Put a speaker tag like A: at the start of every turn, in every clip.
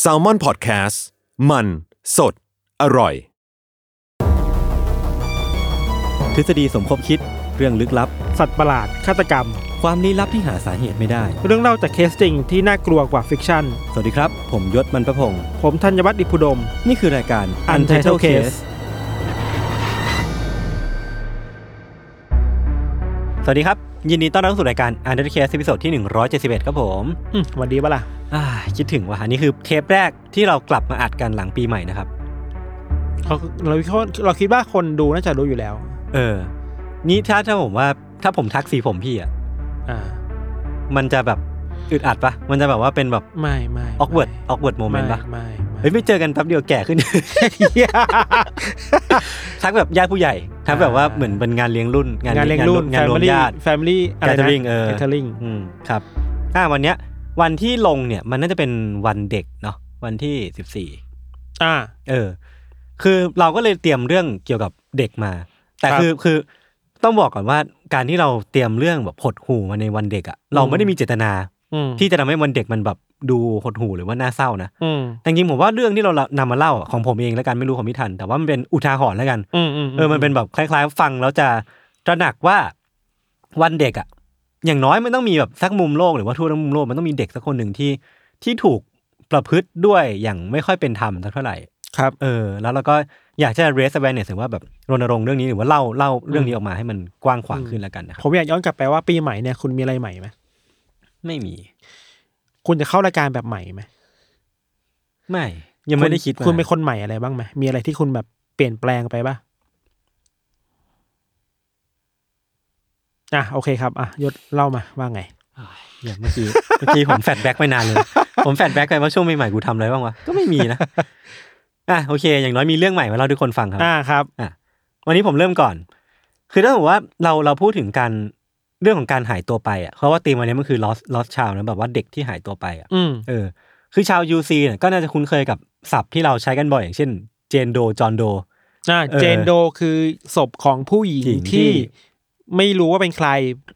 A: แซลมอนพอดแคสต์มันสดอร่อย
B: ทฤษฎีสมคบคิดเรื่องลึกลับ
C: สัตว์ประหลาด ฆาตกรรม
B: ความลี้ลับที่หาสาเหตุไม่ได้
C: เรื่องเล่าจากเคสจริงที่น่ากลัวกว่าฟิกชั่น
B: สวัสดีครับ ผมยศมันประพงศ์
C: ผมธัญวัฒน์อิพุดม
B: นี่คือรายการ
C: Untitled Case
B: สวัสดีครับ ยินดีต้อนรับเข้าสู่รายการ Untitled Case ตอนที่ 171 ครับผม
C: อืมวันดีปะล่ะ
B: อ่าคิดถึงว่านี่คือเทปแรกที่เรากลับมาอัดกันหลังปีใหม่นะครับ
C: เขาเราคิดว่าเราคิดว่าคนดูน่าจะรู้อยู่แล้ว
B: เออ นี่ถ้าถ้าผมว่าถ้าผมทักสีผมพี่อ่ะ
C: อ่า
B: มันจะแบบอึดอัดปะมันจะแบบว่าเป็นแบบ
C: ไม่ไม่ไม่
B: awkward awkward moment ปะ
C: ไม่ไม่
B: เฮ้ยไม่เจอกันแป๊บเดียวแก่ขึ้น
C: เหี้ย
B: ทักแบบญาติผู้ใหญ่ทักแบบว่า
C: อ่า
B: เหมือนเป็นงานเลี้ยงรุ่น
C: งานเลี้ยงรุ่น
B: งานรวม
C: Family
B: ญาติ
C: Family อะไรนะ
B: Gathering เออ
C: Gathering
B: อืมครับอ่าวันเนี้ย วันที่ลงเนี่ยมันน่าจะเป็นวันเด็กเนาะวันที่สิบสี่
C: อ่า
B: เออ คือเราก็เลยเตรียมเรื่องเกี่ยวกับเด็กมา แต่
C: ครับ
B: คือคือต้องบอกก่อนว่าการที่เราเตรียมเรื่องแบบหดหูมาในวันเด็กอะเรา
C: อืม
B: ไม่ได้มีเจตนา
C: อืม
B: ที่จะทำให้วันเด็กมันแบบดูหดหูหรือว่าน่าเศร้านะ
C: อืม
B: แต่จริงๆผมว่าเรื่องที่เรานำมาเล่าอะของผมเองแล้วกันไม่รู้ของพิทัน แต่ว่ามันเป็นอุทาหรณ์แล้วกัน
C: อืมอืม
B: เออ มันเป็นแบบคล้ายๆ ฟังแล้วจะตระหนักว่าวันเด็กอะอย่างน้อยมันต้องมีแบบสักมุมโลกหรือว่าทั่วทั้งมุมโลกมันต้องมีเด็กสักคนหนึ่งที่ที่ถูกประพฤติด้วยอย่างไม่ค่อยเป็นธรรมสักเท่าไหร่
C: ครับ
B: เออ แล้วเราก็อยากจะ raise awareness หรือว่าแบบรณรงค์เรื่องนี้หรือว่าเล่าเล่าเรื่องนี้ออกมาให้มันกว้างขวางขึ้นแล้วกันนะค
C: ผ
B: รับ
C: มอยากย้อนกลับไปว่าปีใหม่เนี่ยคุณมีอะไรใหม่ไหม
B: ไม่มี
C: คุณจะเข้ารายการแบบใหม่ไหม
B: ไม่ ยังไม่ได้คิด
C: คุณเป็น
B: ว่า
C: คนใหม่อะไรบ้างไหมมีอะไรที่คุณแบบเปลี่ยนแปลงไปปะอ่ะโอเคครับอ่ะยศเล่ามาว่าไง
B: อย่างเมื่อกี้เมื่อกี้ผมแฟดแบ็กไปนานเลย ผมแฟดแบ็กไปว่าช่วงใหม่ๆกูทำอะไรบ้างวะก็ไม่มีนะ อ่ะโอเค อย่างน้อยมีเรื่องใหม่มาเล่าให้ทุกคนฟังครับ
C: อ่าครับ
B: อ่ะวันนี้ผมเริ่มก่อน คือถ้าผมว่าเราเราพูดถึงการเรื่องของการหายตัวไปอ่ะเพราะว่าตีมวันนี้มันคือ lost lost child นะแบบว่าเด็กที่หายตัวไปอ่ะ
C: อืม
B: เออคือชาว UC เนี่ยก็น่าจะคุ้นเคยกับศัพท์ที่เราใช้กันบ่อยอย่างเช่นเจนโดจอนโด
C: อ่า
B: เออ
C: เจนโดคือศพของผู้หญิง
B: หญิงที่
C: ที่ไม่รู้ว่าเป็นใคร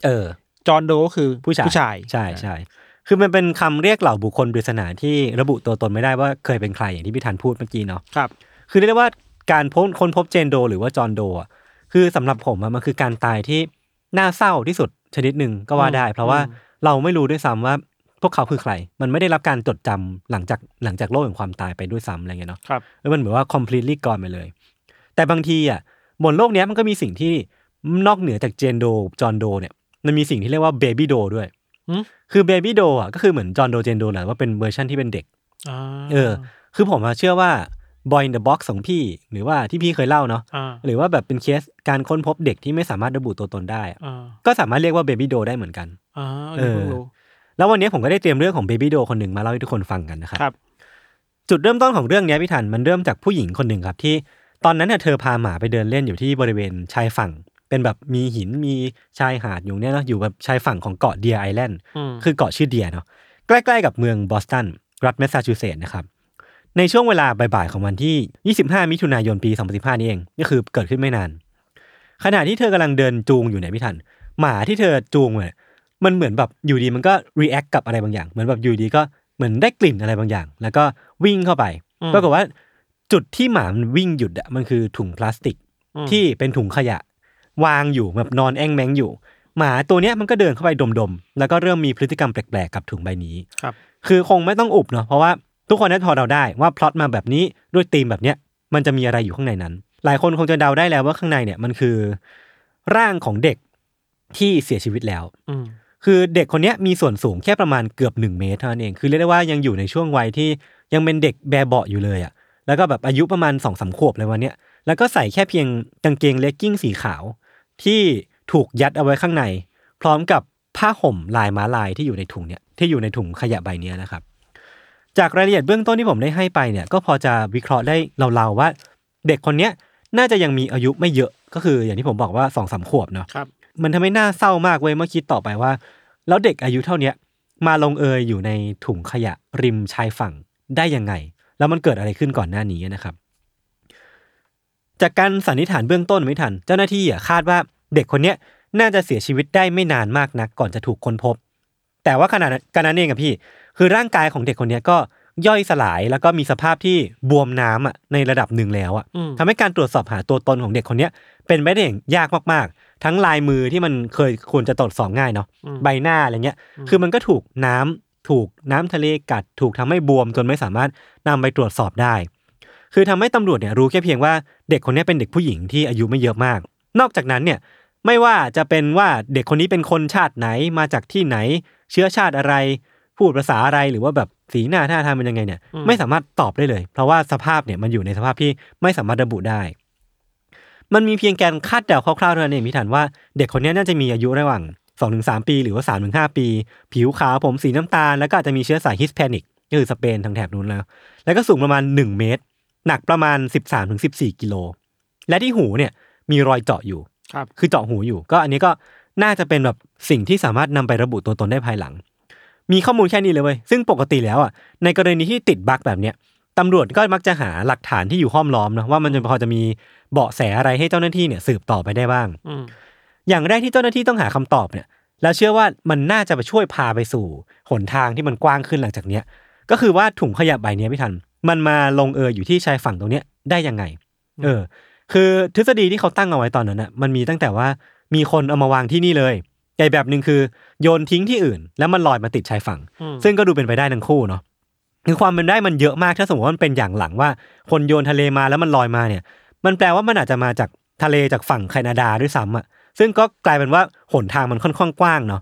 B: เออ
C: จอห์นโดก็คือ
B: ผู้ชาย
C: ผู้ชาย
B: ใช่ใช่คือมันเป็นคำเรียกเหล่าบุคคลปริศนาที่ระบุตัวตนไม่ได้ว่าเคยเป็นใครอย่างที่พี่ธันพูดเมื่อกี้เนาะ
C: ครับ
B: คือเรียกได้ว่าการพบคนพบเจนโด หรือว่าจอห์นโดอะคือสำหรับผมอะมันคือการตายที่น่าเศร้าที่สุดชนิดหนึ่งก็ว่าได้
C: อืม
B: เพราะว่า
C: อืม
B: เราไม่รู้ด้วยซ้ำว่าพวกเขาคือใคร มันไม่ได้รับการจดจำหลังจากหลังจากโลกแห่งความตายไปด้วยซ้ำอะไรเงี้ยเนาะ
C: ครับ
B: เออมันเหมือนว่า completely gone ไปเลย แต่บางทีอะบนโลกเนี้ยมันก็มีสิ่งที่นอกเหนือจากเจนโดจอห์นโดเนี่ยมันมีสิ่งที่เรียกว่าเบบี้โดด้วย คือเบบี้โดอะก็คือเหมือนจอห์นโดเจนโดแหละว่าเป็นเวอร์ชันที่เป็นเด็ก
C: อ่า
B: เออ คือผมอะเชื่อว่า Boy in the Box ของพี่ หรือว่าที่พี่เคยเล่าเนาะ
C: อ่า
B: หรือว่าแบบเป็นเคสการค้นพบเด็กที่ไม่สามารถระบุตัวตนได้อะ
C: อ่า
B: ก็สามารถเรียกว่า Baby Do ได้เหมือนกัน
C: อ่า
B: เอ
C: เอ
B: อ
C: อเพิ่งรู้
B: แล้ววันนี้ผมก็ได้เตรียมเรื่องของ Baby Do คนหนึ่งมาเล่าให้ทุกคนฟังกันนะครับ
C: ครับ
B: จุดเริ่มต้นของเรื่องเนี้ยพี่ทันมันเริ่มจากผู้หญิงคนหนึ่งครับที่ตอนนั้นน่ะเธอพาหมาไปเดินเล่นอยู่ที่บริเวณชายฝั่ง เป็นแบบมีหินมีชายหาดอยู่เนี่ยเนาะอยู่แบบชายฝั่งของเกาะเดียไอแลนด์
C: อืม
B: คือเกาะชื่อเดียเนาะใกล้ๆกับเมืองบอสตัน รัฐแมสซาชูเซตส์นะครับ ในช่วงเวลาบ่ายๆของวันที่ 25 มิถุนายนปี 2015 นี่เองก็คือเกิดขึ้นไม่นาน ขณะที่เธอกำลังเดินจูงอยู่เนี่ยพี่ทัน หมาที่เธอจูงเนี่ยมันเหมือนแบบอยู่ดีมันก็รีแอคกับอะไรบางอย่าง เหมือนแบบอยู่ดีก็เหมือนได้กลิ่นอะไรบางอย่าง แล้วก็วิ่งเข้าไป
C: อืม
B: ปรากฏว่าจุดที่หมามันวิ่งหยุดอะมันคือถุงพลาสติก
C: อืม
B: ที่เป็นถุงขยะ วางอยู่แบบนอนแอ่งแมงอยู่ หมาตัวเนี้ยมันก็เดินเข้าไปดมๆ แล้วก็เริ่มมีพฤติกรรมแปลกๆ กับถุงใบนี้
C: ครับ
B: คือคงไม่ต้องอุบเนาะเพราะว่า ทุกคนน่าจะพอเดาได้ว่าพล็อตมาแบบนี้ด้วยธีมแบบเนี้ยมันจะมีอะไรอยู่ข้างในนั้น หลายคนคงจะเดาได้แล้วว่าข้างในเนี่ยมันคือ ร่างของเด็กที่เสียชีวิตแล้ว
C: อืม
B: คือเด็กคนเนี้ยมีส่วนสูงแค่ประมาณเกือบหนึ่งเมตรเท่านั้นเองคือเรียกได้ว่ายังอยู่ในช่วงวัยที่ยังเป็นเด็กแบเบาะอยู่เลยอะ่ะแล้วก็แบบอายุประมาณสองสามขวบเลยวันเนี้ยแล้วก็ใส่แค่เพียงกางเกงเลกกิ้งสีขาว ที่ถูกยัดเอาไว้ข้างใน พร้อมกับผ้าห่มลายม้าลายที่อยู่ในถุงเนี่ยที่อยู่ในถุงขยะใบเนี้ยนะครับ จากรายละเอียดเบื้องต้นที่ผมได้ให้ไปเนี่ยก็พอจะวิเคราะห์ได้เราๆว่า เด็กคนเนี้ยน่าจะยังมีอายุไม่เยอะก็คืออย่างที่ผมบอกว่าสองสามขวบเนาะ
C: ครับ
B: มันทำให้น่าเศร้ามากเว้ยเมื่อคิดต่อไปว่า แล้วเด็กอายุเท่าเนี้ยมาลงเอยอยู่ในถุงขยะริมชายฝั่งได้ยังไง แล้วมันเกิดอะไรขึ้นก่อนหน้านี้นะครับ จากการสันนิษฐานเบื้องต้นไม่ทัน เจ้าหน้าที่อ่ะคาดว่าเด็กคนเนี้ยน่าจะเสียชีวิตได้ไม่นานมากนักก่อนจะถูกค้นพบ แต่ว่าขนาดการนั้นเองอะพี่ คือร่างกายของเด็กคนเนี้ยก็ย่อยสลายแล้วก็มีสภาพที่บวมน้ำอ่ะในระดับหนึ่งแล้วอ่ะ
C: อืม
B: ทำให้การตรวจสอบหาตัวตนของเด็กคนเนี้ยเป็นไปได้อย่างยากมากๆ ทั้งลายมือที่มันเคยควรจะตรวจสอบง่ายเนาะ
C: อืม
B: ใบหน้าอะไรเงี้ย
C: อืม
B: คือมันก็ถูกน้ำถูกน้ำทะเลกัดถูกทำให้บวมจนไม่สามารถนำไปตรวจสอบได้ คือทำให้ตำรวจเนี่ยรู้แค่เพียงว่าเด็กคนเนี้ยเป็นเด็กผู้หญิงที่อายุไม่เยอะมาก นอกจากนั้นเนี่ยไม่ว่าจะเป็นว่าเด็กคนนี้เป็นคนชาติไหนมาจากที่ไหน เชื้อชาติอะไร พูดภาษาอะไรหรือว่าแบบสีหน้าท่าทางเป็นยังไงเนี่ย
C: อืม
B: ไม่สามารถตอบได้เลย เพราะว่าสภาพเนี่ยมันอยู่ในสภาพที่ไม่สามารถระบุได้ มันมีเพียงการคาดเดาคร่าวๆเท่านั้นเองพี่ถันว่าเด็กคนนี้น่าจะมีอายุระหว่าง 2-3 ปี หรือว่า 3-5 ปี ผิวขาวผมสีน้ำตาล แล้วก็อาจจะมีเชื้อสายฮิสแพนิกก็คือสเปนทางแถบนู้นแล้ว แล้วก็สูงประมาณ 1 เมตร หนักประมาณ 13-14 กิโล และที่หูเนี่ยมีรอยเจาะอยู่
C: ครับ
B: คือเจาะหูอยู่ ก็อันนี้ก็น่าจะเป็นแบบสิ่งที่สามารถนำไประบุตัวตนได้ภายหลัง มีข้อมูลแค่นี้เลยเว้ย ซึ่งปกติแล้วอ่ะ ในกรณีที่ติดบั๊กแบบเนี้ยตำรวจก็มักจะหาหลักฐานที่อยู่ห้อมล้อมนะว่ามันจะพอจะมีเบาะแสอะไรให้เจ้าหน้าที่เนี่ยสืบต่อไปได้บ้าง
C: อืม
B: อย่างแรกที่เจ้าหน้าที่ต้องหาคำตอบเนี่ย แล้วเชื่อว่ามันน่าจะไปช่วยพาไปสู่หนทางที่มันกว้างขึ้นหลังจากเนี้ย ก็คือว่าถุงขยะใบเนี้ยพี่ทัน มันมาลงเอยอยู่ที่ชายฝั่งตรงเนี้ยได้ยังไง เออ คือทฤษฎีที่เขาตั้งเอาไว้ตอนนั้นน่ะ มันมีตั้งแต่ว่ามีคนเอามาวางที่นี่เลยใหญ่แบบหนึ่งคือโยนทิ้งที่อื่น แล้วมันลอยมาติดชายฝั่ง
C: อืม
B: ซึ่งก็ดูเป็นไปได้ทั้งคู่เนาะคือความเป็นได้มันเยอะมากถ้าสมมติว่ามันเป็นอย่างหลังว่า คนโยนทะเลมาแล้วมันลอยมาเนี่ย มันแปลว่ามันอาจจะมาจากทะเลจากฝั่งแคนาดาด้วยซ้ำอ่ะ ซึ่งก็กลายเป็นว่าหนทางมันค่อนข้างกว้างเนาะ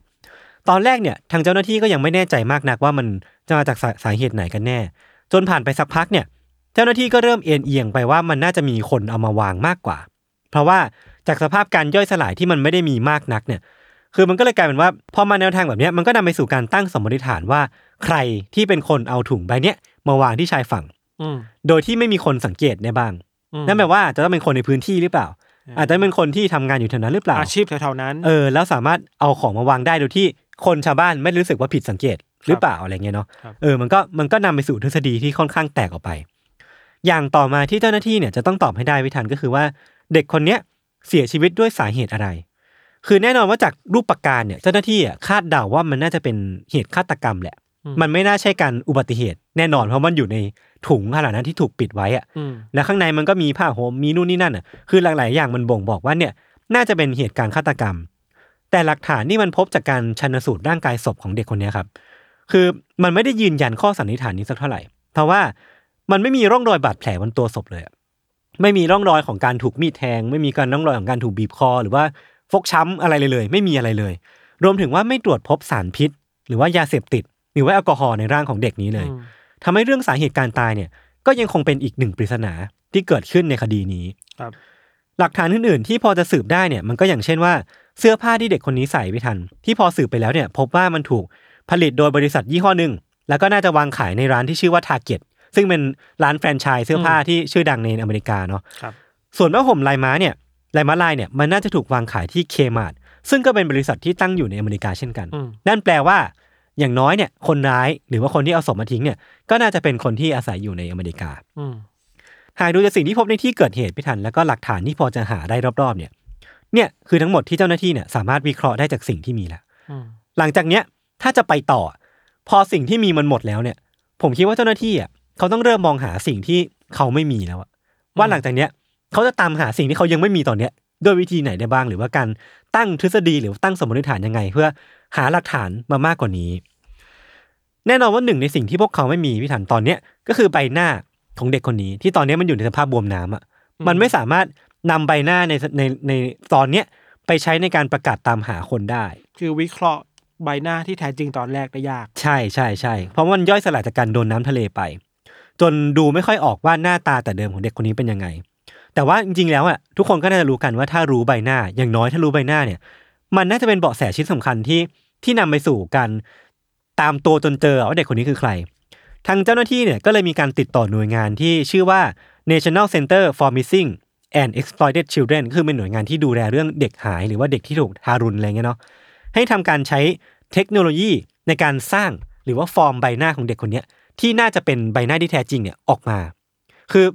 B: ตอนแรกเนี่ยทางเจ้าหน้าที่ก็ยังไม่แน่ใจมากนักว่ามันจะมาจากสาสาเหตุไหนกันแน่ จนผ่านไปสักพักเนี่ย เจ้าหน้าที่ก็เริ่มเอ็นเอียงไปว่ามันน่าจะมีคนเอามาวางมากกว่า เพราะว่าจากสภาพการย่อยสลายที่มันไม่ได้มีมากนักเนี่ย คือมันก็เลยกลายเป็นว่าพอมาแนวทางแบบเนี้ยมันก็นำไปสู่การตั้งสมมติฐานว่า ใครที่เป็นคนเอาถุงใบเนี้ยมาวางที่ชายฝั่ง
C: อืม
B: โดยที่ไม่มีคนสังเกตได้บ้าง
C: อืม
B: นั่นแปลว่าจะต้องเป็นคนในพื้นที่หรือเปล่า
C: อืม
B: อาจจะเป็นคนที่ทำงานอยู่แถวนั้นหรือเปล่า
C: อาชีพแถวๆนั้น
B: เออแล้วสามารถเอาของมาวางได้โดยที่คนชาวบ้านไม่รู้สึกว่าผิดสังเกตหรือเปล่าอะไรเงี้ยเนาะ
C: ครับ
B: เออมันก็มันก็นำไปสู่ทฤษฎีที่ค่อนข้างแตกออกไป อย่างต่อมาที่เจ้าหน้าที่เนี่ยจะต้องตอบให้ได้วิธันก็คือว่า เด็กคนเนี้ยเสียชีวิตด้วยสาเหตุอะไร คือแน่นอนว่าจากรูปประการเนี่ยเจ้าหน้าที่อ่ะคาดเดาว่ามันน่าจะเป็นเหตุฆาตกรรมแหละ มันไม่น่าใช่การอุบัติเหตุแน่นอนเพราะมันอยู่ในถุงขนาดนั้นที่ถูกปิดไว้อะ
C: อืม
B: แล้วข้างในมันก็มีผ้าห่มมีนู่นนี่นั่นอ่ะคือหลายๆอย่างมันบ่งบอกว่าเนี่ยน่าจะเป็นเหตุการณ์ฆาตกรรม แต่หลักฐานที่มันพบจากการชันสูตรร่างกายศพของเด็กคนเนี้ยครับ คือมันไม่ได้ยืนยันข้อสันนิษฐานนี้สักเท่าไหร่ เพราะว่ามันไม่มีร่องรอยบาดแผลบนตัวศพเลยอะไม่มีร่องรอยของการถูกมีดแทง ไม่มีการร่องรอยของการถูกบีบคอ หรือว่าฟกช้ำอะไรเลยเลย ไม่มีอะไรเลย รวมถึงว่าไม่ตรวจพบสารพิษ หรือว่ายาเสพติด หรือว่าแอลกอฮอล์ในร่างของเด็กนี้เลย
C: อืม
B: ทำให้เรื่องสาเหตุการตายเนี่ยก็ยังคงเป็นอีกหนึ่งปริศนาที่เกิดขึ้นในคดีนี้
C: ครับ
B: หลักฐานอื่นๆที่พอจะสืบได้เนี่ยมันก็อย่างเช่นว่าเสื้อผ้าที่เด็กคนนี้ใส่ไม่ทัน ที่พอสืบไปแล้วเนี่ยพบว่ามันถูกผลิตโดยบริษัทยี่ห้อหนึ่ง แล้วก็น่าจะวางขายในร้านที่ชื่อว่าทาเก็ตซึ่งเป็นร้านแฟรนไชส์เสื้อผ้าที่ชื่อดังในอเมริกาเนาะ
C: ครับ
B: ส่วนผ้าห่มลายม้าเนี่ยลายม้าลายเนี่ยมันน่าจะถูกวางขายที่เคมาร์ซึ่งก็เป็นบริษัทที่ตั้งอยู่ในอเมริกาเช่นกัน
C: อืม
B: นั่นแปลว่า อย่างน้อยเนี่ยคนร้ายหรือว่าคนที่เอาศพมาทิ้งเนี่ยก็น่าจะเป็นคนที่อาศัยอยู่ในอเมริกา
C: อืม
B: หากดูจากสิ่งที่พบในที่เกิดเหตุพิทันแล้วก็หลักฐานที่พอจะหาได้รอบๆเนี่ยเนี่ยคือทั้งหมดที่เจ้าหน้าที่เนี่ยสามารถวิเคราะห์ได้จากสิ่งที่มีแล้ว
C: อืม
B: หลังจากเนี้ยถ้าจะไปต่อ พอสิ่งที่มีมันหมดแล้วเนี่ย ผมคิดว่าเจ้าหน้าที่อ่ะเขาต้องเริ่มมองหาสิ่งที่เขาไม่มีแล้วอะว่าหลังจากเนี้ยเขาจะตามหาสิ่งที่เขายังไม่มีตอนเนี้ยด้วยวิธีไหนได้บ้าง หรือว่าการตั้งทฤษฎีหรือตั้งสมมติฐานยังไง เพื่อหาหลักฐานมามากกว่านี้ แน่นอนว่าหนึ่งในสิ่งที่พวกเขาไม่มีพี่ถันตอนเนี้ยก็คือใบหน้าของเด็กคนนี้ ที่ตอนเนี้ยมันอยู่ในสภาพบวมน้ำอ่ะ
C: อืม
B: มันไม่สามารถนำใบหน้าในในในตอนเนี้ยไปใช้ในการประกาศตามหาคนได้
C: คือวิเคราะห์ใบหน้าที่แท้จริงตอนแรกได้ยาก
B: ใช่ใช่ใช่เพราะมันย่อยสลายจากการโดนน้ำทะเลไป จนดูไม่ค่อยออกว่าหน้าตาแต่เดิมของเด็กคนนี้เป็นยังไง แต่ว่าจริงๆแล้วอ่ะทุกคนก็น่าจะรู้กันว่าถ้ารู้ใบหน้าอย่างน้อยถ้ารู้ใบหน้าเนี่ย มันน่าจะเป็นเบาะแสชิ้นสำคัญที่ที่นำไปสู่การตามตัวจนเจอว่าเด็กคนนี้คือใคร ทางเจ้าหน้าที่เนี่ยก็เลยมีการติดต่อหน่วยงานที่ชื่อว่า National Center for Missing and Exploited Children คือเป็นหน่วยงานที่ดูแลเรื่องเด็กหาย หรือว่าเด็กที่ถูกทารุณอะไรเงี้ยเนาะ ให้ทำการใช้เทคโนโลยีในการสร้างหรือว่าฟอร์มใบหน้าของเด็กคนเนี้ยที่น่าจะเป็นใบหน้าที่แท้จริงเนี่ยออกมา คือ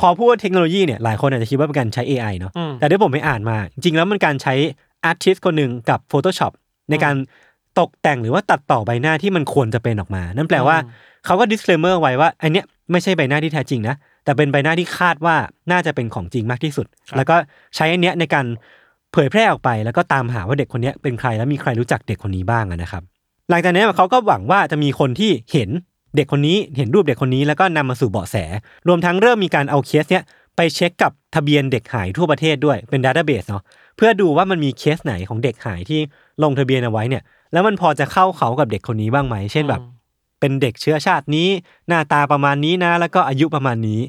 B: พอพูดว่าเทคโนโลยีเนี่ยหลายคนอาจจะคิดว่าเป็นการใช้ AI เนาะ
C: อืม
B: แต่ที่ผมไปอ่านมา จริงๆแล้วมันการใช้อาร์ติสคนหนึ่งกับ Photoshop ในการตกแต่งหรือว่าตัดต่อใบหน้าที่มันควรจะเป็นออกมา นั่นแปลว่าเขาก็ disclaimer ไว้ว่าอันเนี้ยไม่ใช่ใบหน้าที่แท้จริงนะแต่เป็นใบหน้าที่คาดว่าน่าจะเป็นของจริงมากที่สุด แล้วก็ใช้อันเนี้ยในการ เผยแพร่ออกไปแล้วก็ตามหาว่าเด็กคนเนี้ยเป็นใครและมีใครรู้จักเด็กคนนี้บ้างอะนะครับ หลังจากนั้นเขาก็หวังว่าจะมีคนที่เห็นเด็กคนนี้เห็นรูปเด็กคนนี้แล้วก็นำมาสู่เบาะแส รวมทั้งเริ่มมีการเอาเคสเนี้ยไปเช็คกับทะเบียนเด็กหายทั่วประเทศด้วยเป็นดัตเตอร์เบสเนาะเพื่อดูว่ามันมีเคสไหนของเด็กหายที่ลงทะเบียนเอาไว้เนี่ย แล้วมันพอจะเข้าเขากับเด็กคนนี้บ้างไหมเช่นแบบ เป็นเด็กเชื้อชาตินี้ หน้าตาประมาณนี้นะ แล้วก็อายุประมาณนี้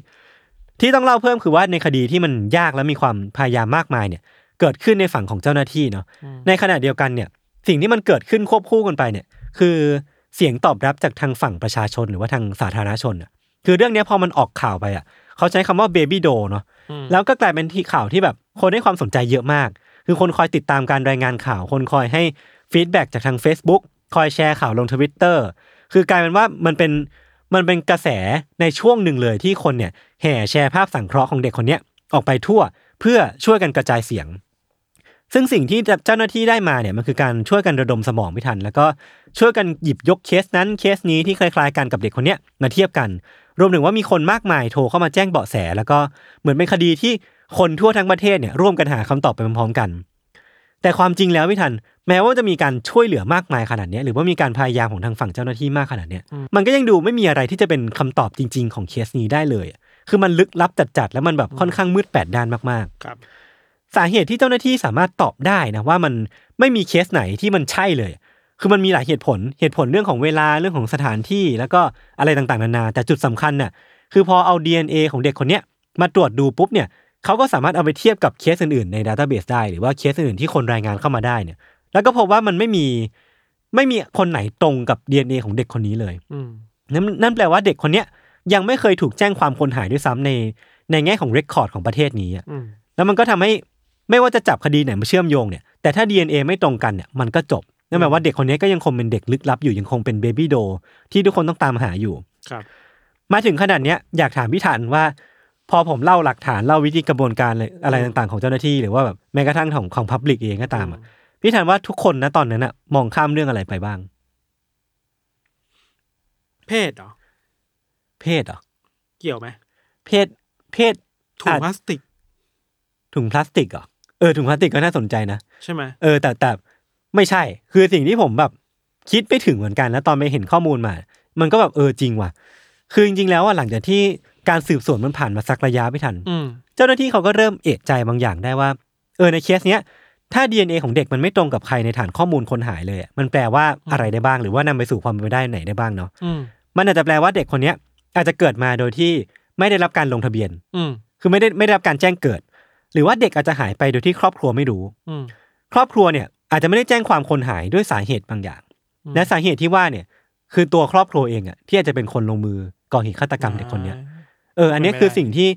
B: ที่ต้องเล่าเพิ่มคือว่าในคดีที่มันยากและมีความพยายามมากมายเนี่ย เกิดขึ้นในฝั่งของเจ้าหน้าที่เนาะ
C: อืม
B: ในขณะเดียวกันเนี่ย สิ่งที่มันเกิดขึ้นควบคู่กันไปเนี่ย คือเสียงตอบรับจากทางฝั่งประชาชนหรือว่าทางสาธารณชนอะคือเรื่องเนี้ยพอมันออกข่าวไปอ่ะ เขาใช้คำว่าเบบี้โดเนาะแล้วก็กลายเป็นที่ข่าวที่แบบคนให้ความสนใจเยอะมาก คือคนคอยติดตามการรายงานข่าว คนคอยให้ฟีดแบ็กจากทาง Facebook คอยแชร์ข่าวลงทวิตเตอร์ คือกลายเป็นว่ามันเป็นมันเป็นกระแสในช่วงหนึ่งเลยที่คนเนี่ยแห่แชร์ภาพสังเคราะห์ของเด็กคนเนี้ยออกไปทั่วเพื่อช่วยกันกระจายเสียง ซึ่งสิ่งที่เจ้าหน้าที่ได้มาเนี่ยมันคือการช่วยกันระดมสมองพิทัน แล้วก็ช่วยกันหยิบยกเคสนั้นเคสนี้ที่คล้ายๆกันกับเด็กคนเนี้ยมาเทียบกัน รวมถึงว่ามีคนมากมายโทรเข้ามาแจ้งเบาะแส แล้วก็เหมือนเป็นคดีที่คนทั่วทั้งประเทศเนี่ยร่วมกันหาคำตอบไปพร้อมๆกัน แต่ความจริงแล้วพี่ทัน แม้ว่าจะมีการช่วยเหลือมากมายขนาดเนี้ยหรือว่ามีการพยายามของทางฝั่งเจ้าหน้าที่มากขนาดเนี้ยมันก็ยังดูไม่มีอะไรที่จะเป็นคำตอบจริง ๆ ของเคสนี้ได้เลยอะคือมันลึกลับจัดๆแล้วมันแบบค่อนข้างมืดแปดด้านมากๆ
C: ครับ
B: สาเหตุที่เจ้าหน้าที่สามารถตอบได้นะว่ามันไม่มีเคสไหนที่มันใช่เลย คือมันมีหลายเหตุผลเหตุผลเรื่องของเวลาเรื่องของสถานที่แล้วก็อะไรต่างๆนานา แต่จุดสำคัญน่ะคือพอเอา DNA ของเด็กคนเนี้ยมาตรวจดูปุ๊บเนี่ยเขาก็สามารถเอาไปเทียบกับเคสอื่นๆในดัตเตอร์เบสได้ หรือว่าเคสอื่นๆที่คนรายงานเข้ามาได้เนี่ย แล้วก็พบว่ามันไม่มีไม่มีคนไหนตรงกับ DNA ของเด็กคนนี้เลย
C: อืม
B: นั่นนั่นแปลว่าเด็กคนเนี้ยยังไม่เคยถูกแจ้งความคนหายด้วยซ้ำในในแง่ของเรคคอร์ดของประเทศนี้อะ
C: อืม
B: แล้วมันก็ทำให้ไม่ว่าจะจับคดีไหนมาเชื่อมโยงเนี่ยแต่ถ้า DNA ไม่ตรงกันเนี่ยมันก็จบนั่นหมายว่าเด็กคนนี้ก็ยังคงเป็นเด็กลึกลับอยู่ยังคงเป็นเบบี้โดที่ทุกคนต้องตามหาอยู่
C: ครับ
B: มาถึงขนาดเนี้ยอยากถามพี่ถันว่า พอผมเล่าหลักฐานเล่าวิธีกระบวนการเลยอะไรต่างๆของเจ้าหน้าที่หรือว่าแบบแม้กระทั่งของของพับลิกเองก็ตามอะพี่ถันว่าทุกคนนะตอนนั้นอะมองข้ามเรื่องอะไรไปบ้าง
C: เพศเหรอ
B: เพศเหรอ
C: เกี่ยวไหม
B: เพศเพศ
C: ถุง
B: อ่ะ
C: พลาสติก
B: ถุงพลาสติกเหรอเออถุงพลาสติกก็น่าสนใจนะ
C: ใช่ไหม
B: เออแต่แต่ไม่ใช่ คือสิ่งที่ผมแบบคิดไม่ถึงเหมือนกัน แล้วตอนไปเห็นข้อมูลมา มันก็แบบเออจริงว่ะ คือจริงๆแล้วอ่ะหลังจากที่การสืบสวนมันผ่านมาสักระยะไม่ทัน
C: อืม
B: เจ้าหน้าที่เขาก็เริ่มเอะใจบางอย่างได้ว่า เออในเคสเนี้ย ถ้า DNA ของเด็กมันไม่ตรงกับใครในฐานข้อมูลคนหายเลยอะมันแปลว่าอะไรได้บ้าง หรือว่านำไปสู่ความเป็นไปได้ไหนได้บ้างเนาะ
C: อืม
B: มันอาจจะแปลว่าเด็กคนเนี้ย อาจจะเกิดมาโดยที่ไม่ได้รับการลงทะเบียน
C: อืม
B: คือไม่ได้ไม่ได้รับการแจ้งเกิด หรือว่าเด็กอาจจะหายไปโดยที่ครอบครัวไม่รู้
C: อืม
B: ครอบครัวเนี่ยอาจจะไม่ได้แจ้งความคนหายด้วยสาเหตุบางอย่าง
C: อืม
B: และสาเหตุที่ว่าเนี่ยคือตัวครอบครัวเองอ่ะที่อาจจะเป็นคนลงมือก่อเหตุฆาตกรรมเด็กคนเนี้ยเอออันเนี้ยคือสิ่งที่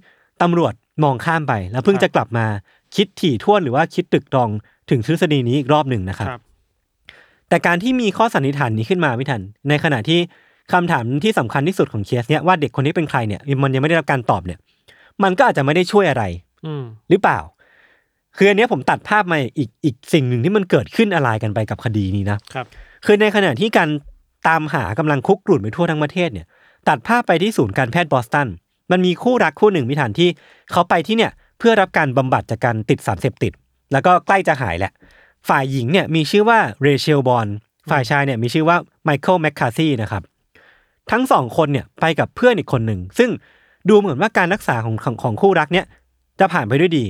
B: ตำรวจมองข้ามไป แล้วเพิ่งจะกลับมาคิดถี่ถ้วนหรือว่าคิดตรึกตรองถึงทฤษฎีนี้อีกรอบหนึ่งนะครับ
C: ครับ
B: แต่การที่มีข้อสันนิษฐานนี้ขึ้นมาไม่ทัน ในขณะที่คำถามที่สำคัญที่สุดของเคสเนี่ยว่าเด็กคนนี้เป็นใครเนี่ยมันยังไม่ได้รับการตอบเนี่ยมันก็อาจจะไม่ได้ช่วยอะไร
C: อืม
B: หรือเปล่า คืออันเนี้ยผมตัดภาพมาอีกอีกสิ่งหนึ่งที่มันเกิดขึ้นอะไรกันไปกับคดีนี้นะ
C: ครับ
B: คือในขณะที่การตามหากำลังคุกกรุ่นไปทั่วทั้งประเทศเนี่ย ตัดภาพไปที่ศูนย์การแพทย์บอสตัน มันมีคู่รักคู่หนึ่งพิธานที่เขาไปที่เนี่ยเพื่อรับการบำบัดจากการติดสารเสพติด แล้วก็ใกล้จะหายแหละ ฝ่ายหญิงเนี่ยมีชื่อว่าเรเชลบอลฝ่ายชายเนี่ยมีชื่อว่าไมเคิลแมคคาซี่นะครับ ทั้งสองคนเนี่ยไปกับเพื่อนอีกคนหนึ่ง ซึ่งดูเหมือนว่าการรักษาของของของคู่รักเนี่ยจะผ่านไปด้วยดี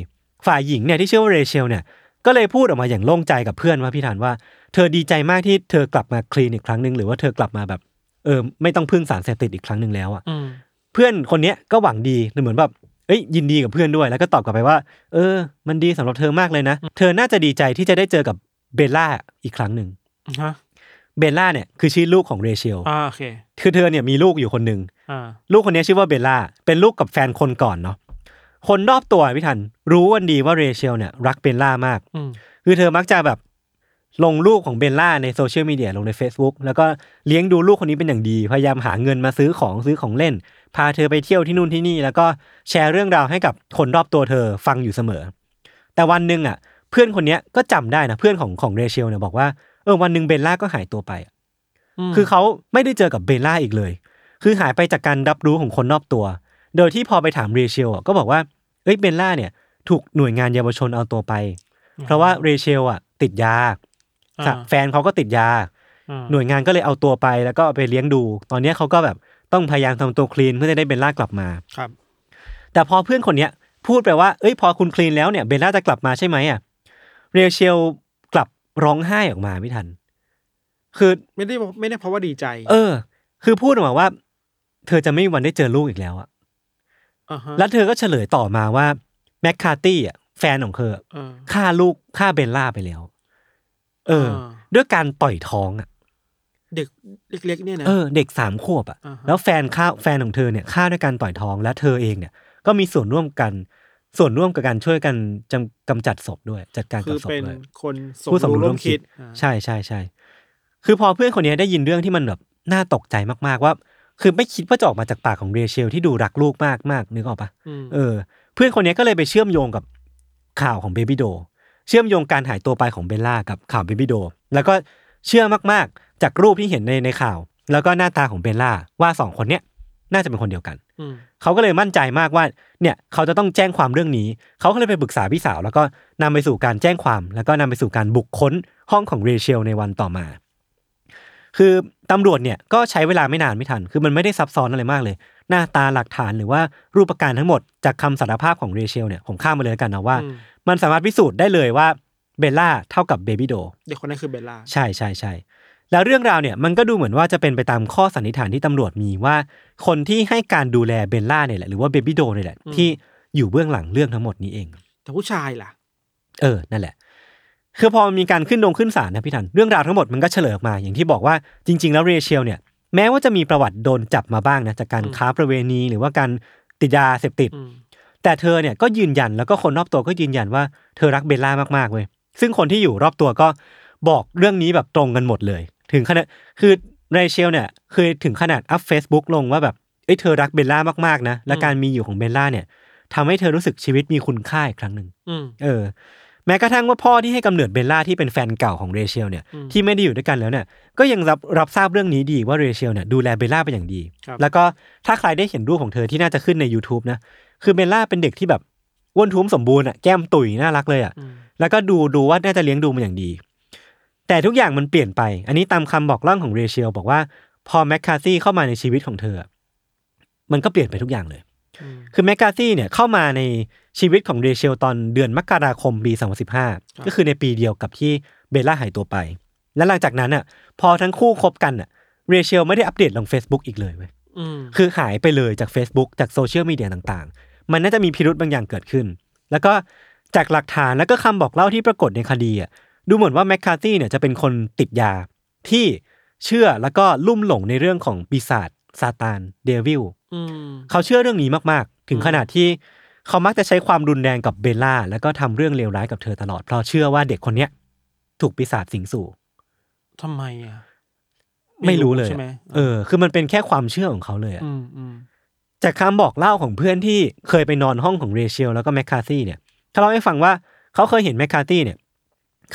B: ฝ่ายหญิงเนี่ยที่ชื่อว่าเรเชลเนี่ยก็เลยพูดออกมาอย่างโล่งใจกับเพื่อนว่าพี่ธานว่าเธอดีใจมากที่เธอกลับมาคลีนอีกครั้งหนึ่งหรือว่าเธอกลับมาแบบเออไม่ต้องพึ่งสารเสพติดอีกครั้งหนึ่งแล้วอะ
C: อืม
B: เพื่อนคนเนี้ยก็หวังดีเหมือนแบบเอ้ยยินดีกับเพื่อนด้วย แล้วก็ตอบกลับไปว่า เออ มันดีสำหรับเธอมากเลยนะ เธอน่าจะดีใจที่จะได้เจอกับเบลล่าอีกครั้งหนึ่ง
C: ฮะ
B: เบลล่าเนี่ยคือชื่อลูกของเรเชล
C: อ่าโอเค
B: คือเธอเนี่ยมีลูกอยู่คนหนึ่ง
C: อ่า
B: ลูกคนเนี้ยชื่อว่าเบลล่าเป็นลูกกับแฟนคนก่อนเนาะคนรอบตัวพี่ทันรู้วันดีว่าเรเชลเนี่ยรักเบลล่ามาก
C: อืม
B: คือเธอมักจะแบบลงรูปของเบลล่าในโซเชียลมีเดียลงใน Facebook แล้วก็เลี้ยงดูลูกคนนี้เป็นอย่างดี พยายามหาเงินมาซื้อของซื้อของเล่น พาเธอไปเที่ยวที่นู่นที่นี่ แล้วก็แชร์เรื่องราวให้กับคนรอบตัวเธอฟังอยู่เสมอ แต่วันหนึ่งอ่ะ เพื่อนคนเนี้ยก็จำได้นะเพื่อนของของเรเชลเนี่ยบอกว่าเออวันหนึ่งเบลล่าก็หายตัวไป
C: ม
B: คือเขาไม่ได้เจอกับเบลล่าอีกเลย คือหายไปจากการรับรู้ของคนรอบตัว โดยที่พอไปถามเรเชลอ่ะก็บอกว่า เอ้ยเบลล่าเนี่ย ถูกหน่วยงานเยาวชนเอาตัวไป เพราะว่าเรเชลอ่ะติดยา
C: อ่า
B: แฟนเขาก็ติดยา
C: อ่า
B: หน่วยงานก็เลยเอาตัวไปแล้วก็เอาไปเลี้ยงดู ตอนเนี้ยเขาก็แบบต้องพยายามทำตัวคลีนเพื่อจะได้เบลล่ากลับมา
C: ครับ
B: แต่พอเพื่อนคนเนี้ยพูดไปว่า เอ้ยพอคุณคลีนแล้วเนี่ยเบลล่าจะกลับมาใช่ไหมอ่ะ เรเชลกลับร้องไห้ออกมาไม่ทัน คือ
C: ไม่ได้บอกไม่ได้เพราะว่าดีใจ
B: เออ คือพูดออกมาว่า เธอจะไม่มีวันได้เจอลูกอีกแล้วอะ
C: าฮะ
B: แล้วเธอก็เฉลยต่อมาว่าแมคคาร์ตี้อะแฟนของเธอ
C: เออ
B: ฆ่าลูกฆ่าเบลล่าไปแล้ว เออ
C: อ่า
B: ด้วยการต่อยท้องอะ
C: เด็กเล็กๆเนี่ยนะ
B: เออ เด็กสามขวบอะ
C: อ่าฮะ
B: แล้วแฟนฆ่าแฟนของเธอเนี่ยฆ่าด้วยการต่อยท้อง และเธอเองเนี่ย ก็มีส่วนร่วมกัน ส่วนร่วมกับการช่วยกันจำกำจัดศพด้วย จัดการ
C: คื
B: กับ
C: อ
B: ศพ
C: เป็น
B: ด้วย
C: คน
B: ผู้สมรู้ร่วมคิด
C: อ่า
B: ใช่ใช่ใช่ คือพอเพื่อนคนเนี้ยได้ยินเรื่องที่มันแบบน่าตกใจมากๆว่า คือไม่คิดว่าจะออกมาจากปากของเรเชลที่ดูรักลูกมากมากๆนึกออกปะ
C: อืม
B: เออ เพื่อนคนเนี้ยก็เลยไปเชื่อมโยงกับข่าวของเบบี้โด เชื่อมโยงการหายตัวไปของเบลล่ากับข่าวเบบี้โด แล้วก็เชื่อมากๆ จากรูปที่เห็นในในข่าว แล้วก็หน้าตาของเบลล่าว่าสองคนเนี้ยน่าจะเป็นคนเดียวกัน
C: อืม
B: เขาก็เลยมั่นใจมากว่า เนี่ยเขาจะต้องแจ้งความเรื่องนี้ เขาก็เลยไปปรึกษาพี่สาว แล้วก็นำไปสู่การแจ้งความ แล้วก็นำไปสู่การบุกค้นห้องของเรเชลในวันต่อมา คือตำรวจเนี่ยก็ใช้เวลาไม่นานไม่ทัน คือมันไม่ได้ซับซ้อนอะไรมากเลย หน้าตาหลักฐานหรือว่ารูปการณ์ทั้งหมดจากคำสารภาพของเรเชลเนี่ยผมข้ามมาเลยแล้วกันนะว่า
C: อืม
B: มันสามารถพิสูจน์ได้เลยว่าเบลล่าเท่ากับเบบี้โด
C: เด็กคนนั้นคือเบลล่า
B: ใช่ใช่ใช่แล้วเรื่องราวเนี่ยมันก็ดูเหมือนว่าจะเป็นไปตามข้อสันนิษฐานที่ตำรวจมีว่า คนที่ให้การดูแลเบลล่าเนี่ยแหละหรือว่าเบบี้โดเนี่ยแหละที่อยู่เบื้องหลังเรื่องทั้งหมดนี้เอง
C: แต่ผู้ชายล่ะ
B: เออ นั่นแหละ คือพอมีการขึ้นลงขึ้นศาลนะพี่ทัน เรื่องราวทั้งหมดมันก็เฉลยออกมา อย่างที่บอกว่าจริง ๆ แล้วเรเชลเนี่ย แม้ว่าจะมีประวัติโดนจับมาบ้างนะจากการ
C: อืม
B: ค้าประเวณีหรือว่าการติดยาเสพติด
C: อืม
B: แต่เธอเนี่ยก็ยืนยันแล้วก็คนรอบตัวก็ยืนยันว่าเธอรักเบลล่ามากๆเว้ยซึ่งคนที่อยู่รอบตัวก็บอกเรื่องนี้แบบตรงกันหมดเลย ถึงขนาดคือเรเชลเนี่ยเคยถึงขนาดอัพ Facebook ลงว่าแบบเอ้ยเธอรักเบลล่ามากๆนะและการมีอยู่ของเบลล่าเนี่ยทำให้เธอรู้สึกชีวิตมีคุณค่าอีกครั้งหนึ่ง
C: อืม
B: เออแม้กระทั่งว่าพ่อที่ให้กำเนิดเบลล่าที่เป็นแฟนเก่าของเรเชลเนี่ย
C: อืม
B: ที่ไม่ได้อยู่ด้วยกันแล้วเนี่ยก็ยังรับรับทราบเรื่องนี้ดีว่าเรเชลเนี่ยดูแลเบลล่าเป็นอย่างดี
C: ครับ
B: แล้วก็ถ้าใครได้เห็นรูปของเธอที่น่าจะขึ้นใน YouTube นะคือเบลล่าเป็นเด็กที่แบบอ้วนท้วมสมบูรณ์อ่ะแก้มตุ๋ยน่ารักเลยอ่ะ
C: อืม
B: แล้วก็ดูดูว่าน่าจะเลี้ยงดูมันอย่างดี แต่ทุกอย่างมันเปลี่ยนไป อันนี้ตามคำบอกเล่าของเรเชลบอกว่าพอแมคคาซี่เข้ามาในชีวิตของเธอ มันก็เปลี่ยนไปทุกอย่างเลย
C: อืม
B: คือแมคคาซี่เนี่ยเข้ามาในชีวิตของเรเชลตอนเดือนมกราคมปี
C: ครับ
B: 2015 ก็คือในปีเดียวกับที่เบลล่าหายตัวไป และหลังจากนั้นอ่ะพอทั้งคู่คบกันอ่ะเรเชลไม่ได้อัปเดตลง Facebook อีกเลยเว้ย
C: อืม
B: คือหายไปเลยจาก Facebook จากโซเชียลมีเดียต่างๆ มันน่าจะมีพิรุธบางอย่างเกิดขึ้น แล้วก็จากหลักฐานแล้วก็คำบอกเล่าที่ปรากฏในคดีอ่ะดูเหมือนว่าแมคคาซี่เนี่ยจะเป็นคนติดยา ที่เชื่อแล้วก็ลุ่มหลงในเรื่องของปีศาจซาตานเดวิล
C: อืม
B: เขาเชื่อเรื่องนี้มาก ๆ ถึง
C: อืม
B: ขนาดที่เขามักจะใช้ความรุนแรงกับเบลล่า แล้วก็ทำเรื่องเลวร้ายกับเธอตลอด เพราะเชื่อว่าเด็กคนเนี้ยถูกปีศาจสิงสู่
C: ทำไมอ่ะ
B: ไม่รู้เลย
C: ใช่ไหม
B: เออ คือมันเป็นแค่ความเชื่อของเขาเลยอะ
C: อืมอืม
B: จากคำบอกเล่าของเพื่อนที่เคยไปนอนห้องของเรเชลแล้วก็แมคคาซี่เนี่ยเขาเล่าให้ฟังว่าเขาเคยเห็นแมคคาซี่เนี่ย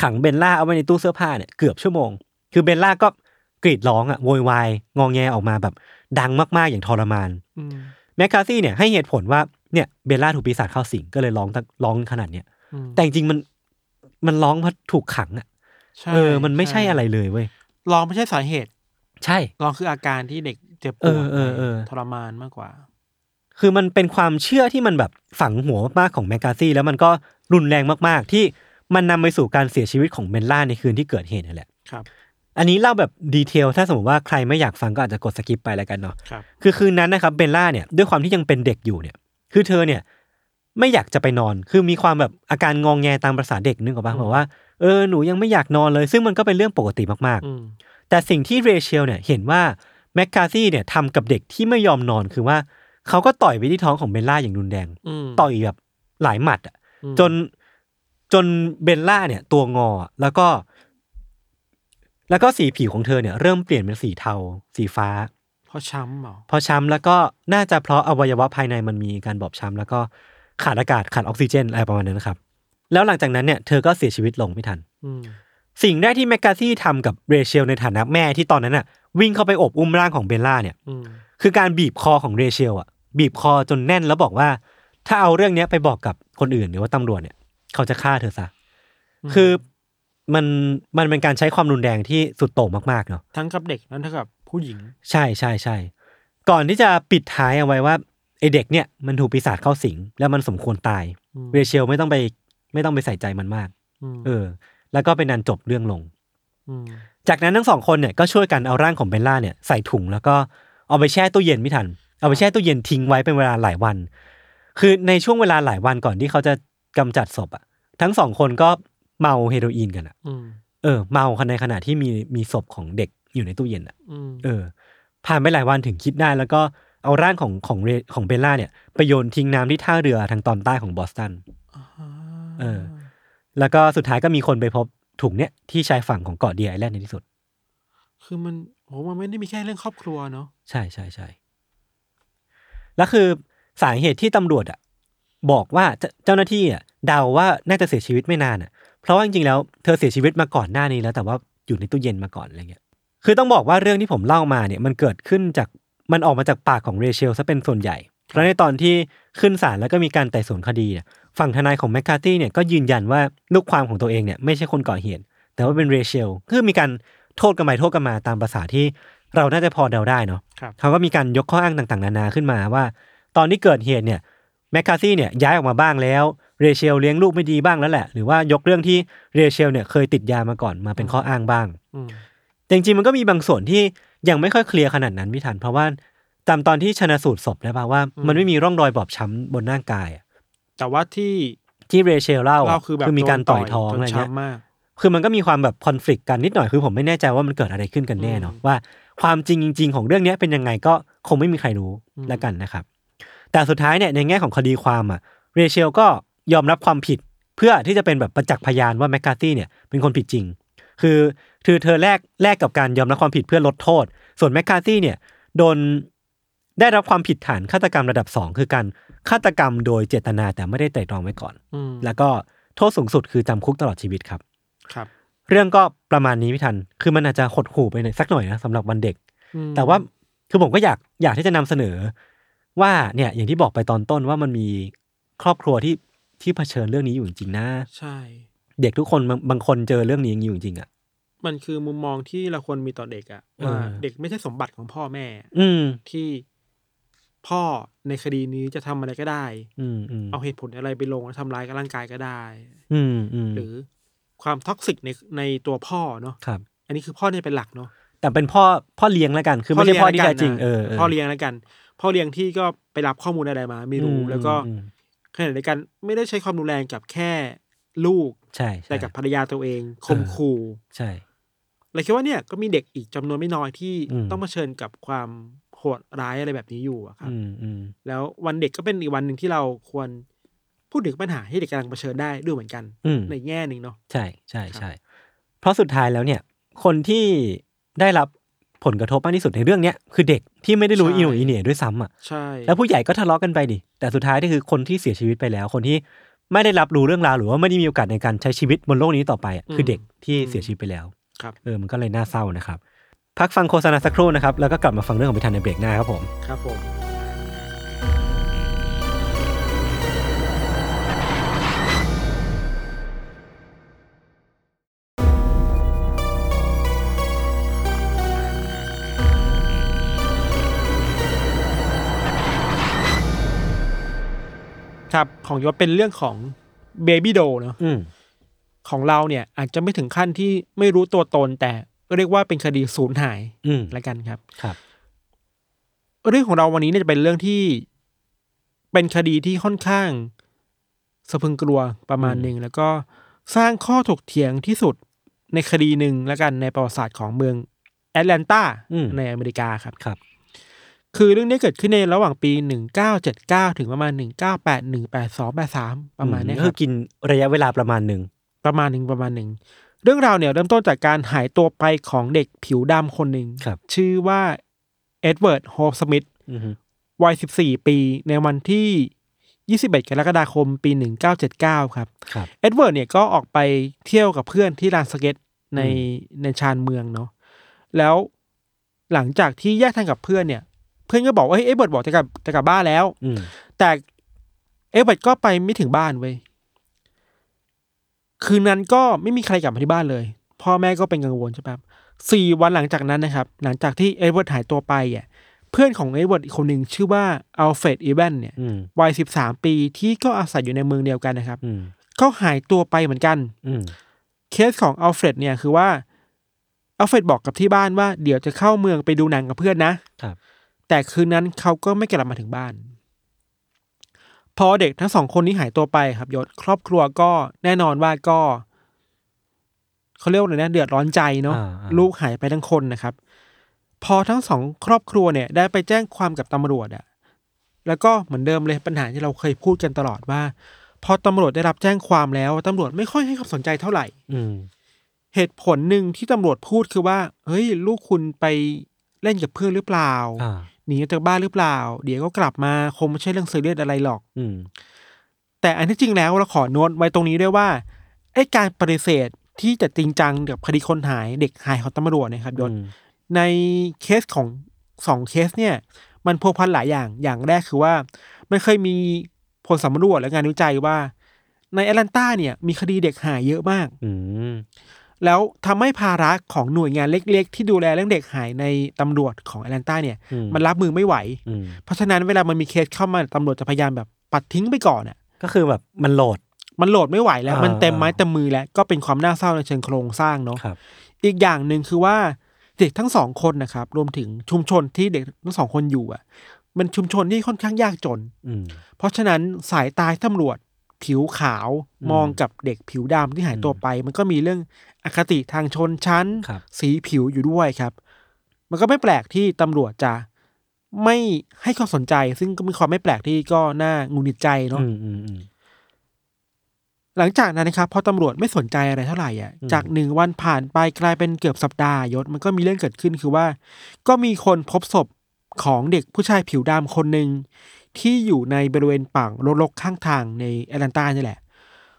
B: ขังเบลล่าเอาไว้ในตู้เสื้อผ้าเนี่ยเกือบชั่วโมง คือเบลล่าก็กรีดร้องอะโวยวายงองแงออกมาแบบดังมาก ๆ อย่างทรมาน
C: อืม
B: แมคคาซี่เนี่ยให้เหตุผลว่าเนี่ยเบลล่าถูกปีศาจเข้าสิงก็เลยร้องตั้งร้องขนาดเนี้ย
C: อืม
B: แต่จริงๆมันมันร้องเพราะถูกขังอ่ะ
C: ใช่
B: เออมันไม่ใช่อะไรเลยเว้ย
C: ลองไม่ใช่สาเหตุ
B: ใช่
C: ลองคืออาการที่เด็กเจ็บป
B: เอ
C: ว
B: อ
C: ด
B: เออเออ
C: ทรมานมากกว่า
B: คือมันเป็นความเชื่อที่มันแบบฝังหัวมากๆของแมกกาซี่ แล้วมันก็รุนแรงมากๆ ที่มันนำไปสู่การเสียชีวิตของเบลล่าในคืนที่เกิดเหตุนั่นแหละ
C: ครับ
B: อันนี้เล่าแบบดีเทล ถ้าสมมติว่าใครไม่อยากฟังก็อาจจะกดสกิปไปแล้วกันเนาะ
C: ครับ
B: คือคืนนั้นนะครับเบลล่าเนี่ยด้วยความที่ยังเป็นเด็กอยู่เนี่ย คือเธอเนี่ยไม่อยากจะไปนอน คือมีความแบบอาการงองแงตามประษาเด็กนึกออกปะแบบว่าเออหนูยังไม่อยากนอนเลย ซึ่งมันก็เป็นเรื่องปกติมาก
C: อืม
B: ๆ แต่สิ่งที่เรเชลเนี่ยเห็นว่าแมคคาซี่เนี่ยทำกับเด็กที่ไม่ยอมนอนคือว่าเขาก็ต่อยไปที่ท้องของเบลล่าอย่างรุนแรง
C: อืม
B: ต่อยแบบหลายหมัดอะ
C: อืม
B: จนจนเบลล่าเนี่ย ตัวงอแล้วก็ แล้วก็สีผิวของเธอเนี่ยเริ่มเปลี่ยนเป็นสีเทา สีฟ้า
C: เพราะช้ำเหรอ
B: พอช้ำแล้วก็น่าจะเพราะอวัยวะภายในมันมีการบอบช้ำแล้วก็ขาดอากาศขาดออกซิเจนอะไรประมาณนั้นนะครับ แล้วหลังจากนั้นเนี่ยเธอก็เสียชีวิตลงไม่ทัน
C: อืม
B: สิ่งแรกที่แมกกาซี่ทำกับเรเชลในฐานะแม่ที่ตอนนั้นน่ะวิ่งเข้าไปโอบอุ้มร่างของเบลล่าเนี่ย
C: อืม
B: คือการบีบคอของเรเชลอ่ะบีบคอจนแน่นแล้วบอกว่า ถ้าเอาเรื่องเนี้ยไปบอกกับคนอื่นหรือว่าตำรวจเนี่ยเขาจะฆ่าเธอซะคือมันมันเป็นการใช้ความรุนแรงที่สุดโต่งมากๆเนาะ
C: ทั้งกับเด็กนั้นเท่ากับผู้หญิง
B: ใช่ใช่ใช่ก่อนที่จะปิดท้ายเอาไว้ว่าไอเด็กเนี่ยมันถูกปีศาจเข้าสิง แล้วมันสมควรตาย
C: อืม
B: เรเชลไม่ต้องไปไม่ต้องไปใส่ใจมันมาก
C: ม
B: เออ แล้วก็เป็นนันจบเรื่องลง
C: ม
B: จากนั้นทั้งสองคนเนี่ยก็ช่วยกันเอาร่างของเบลล่าเนี่ยใส่ถุงแล้วก็เอาไปแช่ตู้เย็นไม่ทัน เอาไปแช่ตู้เย็นทิ้งไว้เป็นเวลาหลายวัน คือในช่วงเวลาหลายวันก่อนที่เขาจะกำจัดศพอ่ะ ทั้งสองคนก็เมาเฮโรอีนกันอ่ะ
C: อืม
B: เออเมาในขณะที่มีมีศพของเด็กอยู่ในตู้เย็นอ่ะ
C: อืม
B: เออผ่านไปหลายวันถึงคิดได้ แล้วก็เอาร่างของของเรของเบลล่าเนี่ยไปโยนทิ้งน้ำที่ท่าเรือทางตอนใต้ของบอสตัน เออ แล้วก็สุดท้ายก็มีคนไปพบถุงเนี่ยที่ชายฝั่งของเกาะเดียไอแลนด์ในที่สุด
C: คือมันโหมันไม่ได้มีแค่เรื่องครอบครัวเนาะ
B: ใช่ใช่ใช่แล้วคือสาเหตุที่ตำรวจอ่ะบอกว่าเจ้าเจ้าหน้าที่อ่ะเดาว่าน่าจะเสียชีวิตไม่นานอ่ะ เพราะว่าจริงๆแล้วเธอเสียชีวิตมาก่อนหน้านี้แล้ว แต่ว่าอยู่ในตู้เย็นมาก่อนอะไรเงี้ย คือต้องบอกว่าเรื่องที่ผมเล่ามาเนี่ยมันเกิดขึ้นจากมันออกมาจากปากของเรเชลซะเป็นส่วนใหญ่ เพราะในตอนที่ขึ้นศาลแล้วก็มีการไต่สวนคดีเนี่ยฝั่งทนายของแมคคาร์ตี้เนี่ยก็ยืนยันว่าลูกความของตัวเองเนี่ยไม่ใช่คนก่อเหตุ แต่ว่าเป็นเรเชลคือมีการโทษกันไปโทษกันมาตามภาษาที่เราน่าจะพอเดาได้เนาะ
C: ครับ
B: เขาก็มีการยกข้ออ้างต่างๆ นานาขึ้นมาว่า ตอนที่เกิดเหตุเนี่ยแมคคาซี่เนี่ยย้ายออกมาบ้างแล้วเรเชลเลี้ยงลูกไม่ดีบ้างแล้วแหละ หรือว่ายกเรื่องที่เรเชลเนี่ยเคยติดยามาก่อนมาเป็นข้ออ้างบ้าง
C: อืม
B: แต่จริงๆมันก็มีบางส่วนที่ยังไม่ค่อยเคลียร์ขนาดนั้นพี่ทัน เพราะว่าตามตอนที่ชนะสูตรศพได้ป่าว่า มันไม่มีร่องรอยบอบช้ำบนร่างกายอะ
C: แต่ว่าที่
B: ที่เรเชลเล่าอะ
C: เราคือแบบ
B: มีการต่อยท้อง
C: จ
B: อะไร
C: น
B: เงี้ย
C: ช้ำมาก
B: คือมันก็มีความแบบคอน FLICT กันนิดหน่อยคือผมไม่แน่ใจว่ามันเกิดอะไรขึ้นกันแน่เนาะว่าความจริงจริง ๆ ของเรื่องเนี้ยเป็นยังไงก็คงไม่มีใครรู้
C: อืม
B: แล้วกันนะครับ แต่สุดท้ายเนี่ยในแง่ของคดีความอ่ะเรเชลก็ยอมรับความผิดเพื่อที่จะเป็นแบบประจักษ์พยานว่าแมคคาซี่เนี่ยเป็นคนผิดจริง คือคือเธอแลกแลกกับการยอมรับความผิดเพื่อลดโทษ ส่วนแมคคาซี่เนี่ยโดนได้รับความผิดฐานฆาตกรรมระดับสองคือการฆาตกรรมโดยเจตนาแต่ไม่ได้ไตร่ตรองไว้ก่อน
C: อืม
B: แล้วก็โทษสูงสุดคือจำคุกตลอดชีวิตครับ
C: ครับ
B: เรื่องก็ประมาณนี้พี่ทัน คือมันอาจจะหดหู่ไปหน่อยสักหน่อยนะสำหรับวันเด็ก
C: อืม
B: แต่ว่าคือผมก็อยากอยากที่จะนำเสนอ ว่าเนี่ยอย่างที่บอกไปตอนต้นว่ามันมีครอบครัวที่ที่เผชิญเรื่องนี้อยู่จริงๆนะ
C: ใช่
B: เด็กทุกคนบางบางคนเจอเรื่องนี้อยู่จริงๆอ่ะ
C: มันคือมุมมองที่เราควรมีต่อเด็กอะ
B: เออ
C: ว่าเด็กไม่ใช่สมบัติของพ่อแม่
B: อืม
C: ที่พ่อในคดีนี้จะทำอะไรก็ได้
B: อืมอืม
C: เอาเหตุผลอะไรไปลงแล้วทำร้ายกับร่างกายก็ได้
B: อืมอืม
C: หรือความท็อกซิกในในตัวพ่อเนาะ
B: ครับ
C: อันนี้คือพ่อเนี่ยเป็นหลักเนาะ
B: แต่เป็นพ่อพ่อเลี้ยงแล้วกัน คือไม่ใช่พ่อที่แท้จริง
C: นะ
B: เออเออ
C: พ่อเลี้ยงแล้วกัน พ่อเลี้ยงที่ก็ไปรับข้อมูลอะไรมา ไม่รู้
B: อืม
C: แล้วก็
B: อืมอืม
C: ขณะเดียวกันไม่ได้ใช้ความรุนแรงกับแค่ลูก
B: ใช่ใช่
C: แต่กับภรรยาตัวเองคม
B: เออ
C: ขู่
B: ใช่
C: เลยคิดว่าเนี่ยก็มีเด็กอีกจำนวนไม่น้อยที่
B: อืม
C: ต้องเผชิญกับความโหดร้ายอะไรแบบนี้อยู่อะครับ
B: อืมอืม
C: แล้ววันเด็กก็เป็นอีกวันหนึ่งที่เราควรพูดถึงปัญหาที่เด็กกำลังเผชิญได้ด้วยเหมือนกัน
B: อืม
C: ในแง่หนึ่งเนาะ
B: ใช่ใช่
C: ครับ
B: ใช่เพราะสุดท้ายแล้วเนี่ย คนที่ได้รับผลกระทบมากที่สุดในเรื่องเนี้ยคือเด็กที่ไม่ได้รู้อีโหนอีเหน่ด้วยซ้ำอ่ะ
C: ใช่
B: แล้วผู้ใหญ่ก็ทะเลาะกันไปดิแต่สุดท้ายนี่คือคนที่เสียชีวิตไปแล้ว คนที่ไม่ได้รับรู้เรื่องราวหรือว่าไม่ได้มีโอกาสในการใช้ชีวิตบนโลกนี้ต่อไปอะคือเด็กที่เสียชีวิตไปแล้ว
C: ครับ
B: เออมันก็เลยน่าเศร้านะครับ พักฟังโฆษณาสักครู่นะครับแล้วก็กลับมาฟังเรื่องของพิธันในเบรกหน้าครับผม
C: ครับผม
D: Thank
C: ครับของยศเป็นเรื่องของเบบี้โดเนาะ
B: อืม
C: ของเราเนี่ยอาจจะไม่ถึงขั้นที่ไม่รู้ตัวตน แต่เรียกว่าเป็นคดีสูญหาย
B: อืม
C: ละกันครับ
B: ครับ
C: เรื่องของเราวันนี้เนี่ยจะเป็นเรื่องที่เป็นคดีที่ค่อนข้างสะพรึงกลัวประมาณหนึ่งแล้วก็สร้างข้อถกเถียงที่สุดในคดีหนึ่งแล้วกันในประวัติศาสตร์ของเมืองแอตแลนตา
B: อืม
C: ในอเมริกาครับ
B: ครับ
C: คือเรื่องนี้เกิดขึ้นในระหว่างปี 1979 ถึงประมาณ 1981 82 83 ประมาณเนี้ย
B: อืก็คื
C: ครับ
B: อกินระยะเวลาประมาณหนึ่ง
C: ประมาณหนึ่งประมาณหนึ่งเรื่องราวเนี่ยเริ่มต้นจากการหายตัวไปของเด็กผิวดำคนหนึ่ง
B: ครับ
C: ชื่อว่าเอ็ดเวิร์ดโฮสมิธ
B: อือฮึ
C: วัย 14 ปี ในวันที่ 21 กรกฎาคม ปี 1979 ครับ
B: ครับ
C: เอ็ดเวิร์ดเนี่ยก็ออกไปเที่ยวกับเพื่อนที่ลานสเก็ตใน
B: อื
C: ในชานเมืองเนาะ แล้วหลังจากที่แยกทางกับเพื่อนเนี่ย เพื่อนก็บอกว่าเฮ้ยเอ็ดเวิร์ดบอกจะกลับจะกลับบ้านแล้ว
B: อืม
C: แต่เอ็ดเวิร์ดก็ไปไม่ถึงบ้านเว้ย คืนนั้นก็ไม่มีใครกลับมาที่บ้านเลย พ่อแม่ก็เป็นกังวลใช่ปะสี่วันหลังจากนั้นนะครับ หลังจากที่เอ็ดเวิร์ดหายตัวไปอ่ะเพื่อนของเอ็ดเวิร์ดอีกคนหนึ่งชื่อว่าอัลเฟรดอีแวนเนี่ย
B: อืม
C: วัยสิบสามปีที่ก็อาศัยอยู่ในเมืองเดียวกันนะครับ
B: อืม
C: ก็หายตัวไปเหมือนกัน
B: อืม
C: เคสของอัลเฟรดเนี่ยคือว่าอัลเฟรดบอกกับที่บ้านว่าเดี๋ยวจะเข้าเมืองไปดูหนังกับเพื่อนนะ
B: ครับ
C: แต่คืนนั้นเขาก็ไม่กลับมาถึงบ้าน พอเด็กทั้งสองคนนี้หายตัวไปครับยศครอบครัวก็แน่นอนว่าก็เขาเรียกว่าอะไรนะเดือดร้อนใจเนาะ
B: อ่อ่
C: ลูกหายไปทั้งคนนะครับ พอทั้งสองครอบครัวเนี่ย ได้ไปแจ้งความกับตำรวจอะแล้วก็เหมือนเดิมเลยปัญหาที่เราเคยพูดกันตลอดว่า พอตำรวจได้รับแจ้งความแล้วตำรวจไม่ค่อยให้ความสนใจเท่าไหร่
B: อืม
C: เหตุผลหนึ่งที่ตำรวจพูดคือว่า เฮ้ย ลูกคุณไปเล่นกับเพื่อนหรือเปล่า
B: อ่า
C: หนีออกจากบ้านหรือเปล่า เดี๋ยวก็กลับมาคงไม่ใช่เรื่องซีเรียสอะไรหรอก
B: อืม
C: แต่อันที่จริงแล้วเราขอโน้ตไว้ตรงนี้ด้วยว่าไอ้การปฏิเสธที่จะจริงจังกับคดีคนหายเด็กหายของตำรวจเนะครับยศ
B: อืม
C: ในเคสของสองเคสเนี่ย มันพัวพันหลายอย่างอย่างแรกคือว่า มันเคยมีผลสำรวจและงานวิจัยว่า ในแอตแลนตาเนี่ยมีคดีเด็กหายเยอะมาก
B: อืม
C: แล้วทำให้ภาระของหน่วยงานเล็กๆ ที่ดูแลเรื่องเด็กหายในตำรวจของแอตแลนตาเนี่ย
B: อื
C: มันรับมือไม่ไหว
B: อืม
C: เพราะฉะนั้นเวลามันมีเคสเข้ามาตำรวจจะพยายามแบบปัดทิ้งไปก่อนอ่ะ
B: ก็คือแบบมันโหลด
C: มันโหลดไม่ไหวแล้ว
B: อ่ามั
C: มันเต็มไม้เต็มมือแล้วก็เป็นความน่าเศร้าในเชิงโครงสร้างเนาะ
B: ครับ
C: อีกอย่างหนึ่งคือว่าเด็กทั้งสองคนนะครับ รวมถึงชุมชนที่เด็กทั้งสองคนอยู่อ่ะ มันชุมชนที่ค่อนข้างยากจน
B: อืม
C: เพราะฉะนั้นสายตาตำรวจผิวขาว
B: อืม
C: มองกับเด็กผิวดำที่หายตัวไป มันก็มีเรื่องอคติทางชนชั้น
B: ครับ
C: สีผิวอยู่ด้วยครับ มันก็ไม่แปลกที่ตำรวจจะไม่ให้ความสนใจ ซึ่งก็มีความไม่แปลกที่ก็น่าหงุนงิดใจเนาะ
B: อืมอืมอืม
C: หลังจากนั้นนะครับพอตำรวจไม่สนใจอะไรเท่าไหร่อ่ะ
B: อืม
C: จากหนึ่งวันผ่านไปกลายเป็นเกือบสัปดาห์ยศมันก็มีเรื่องเกิดขึ้นคือว่า ก็มีคนพบศพของเด็กผู้ชายผิวดำคนหนึ่ง ที่อยู่ในบริเวณป่างรกๆข้างทางในแอตแลนตานี่แหละ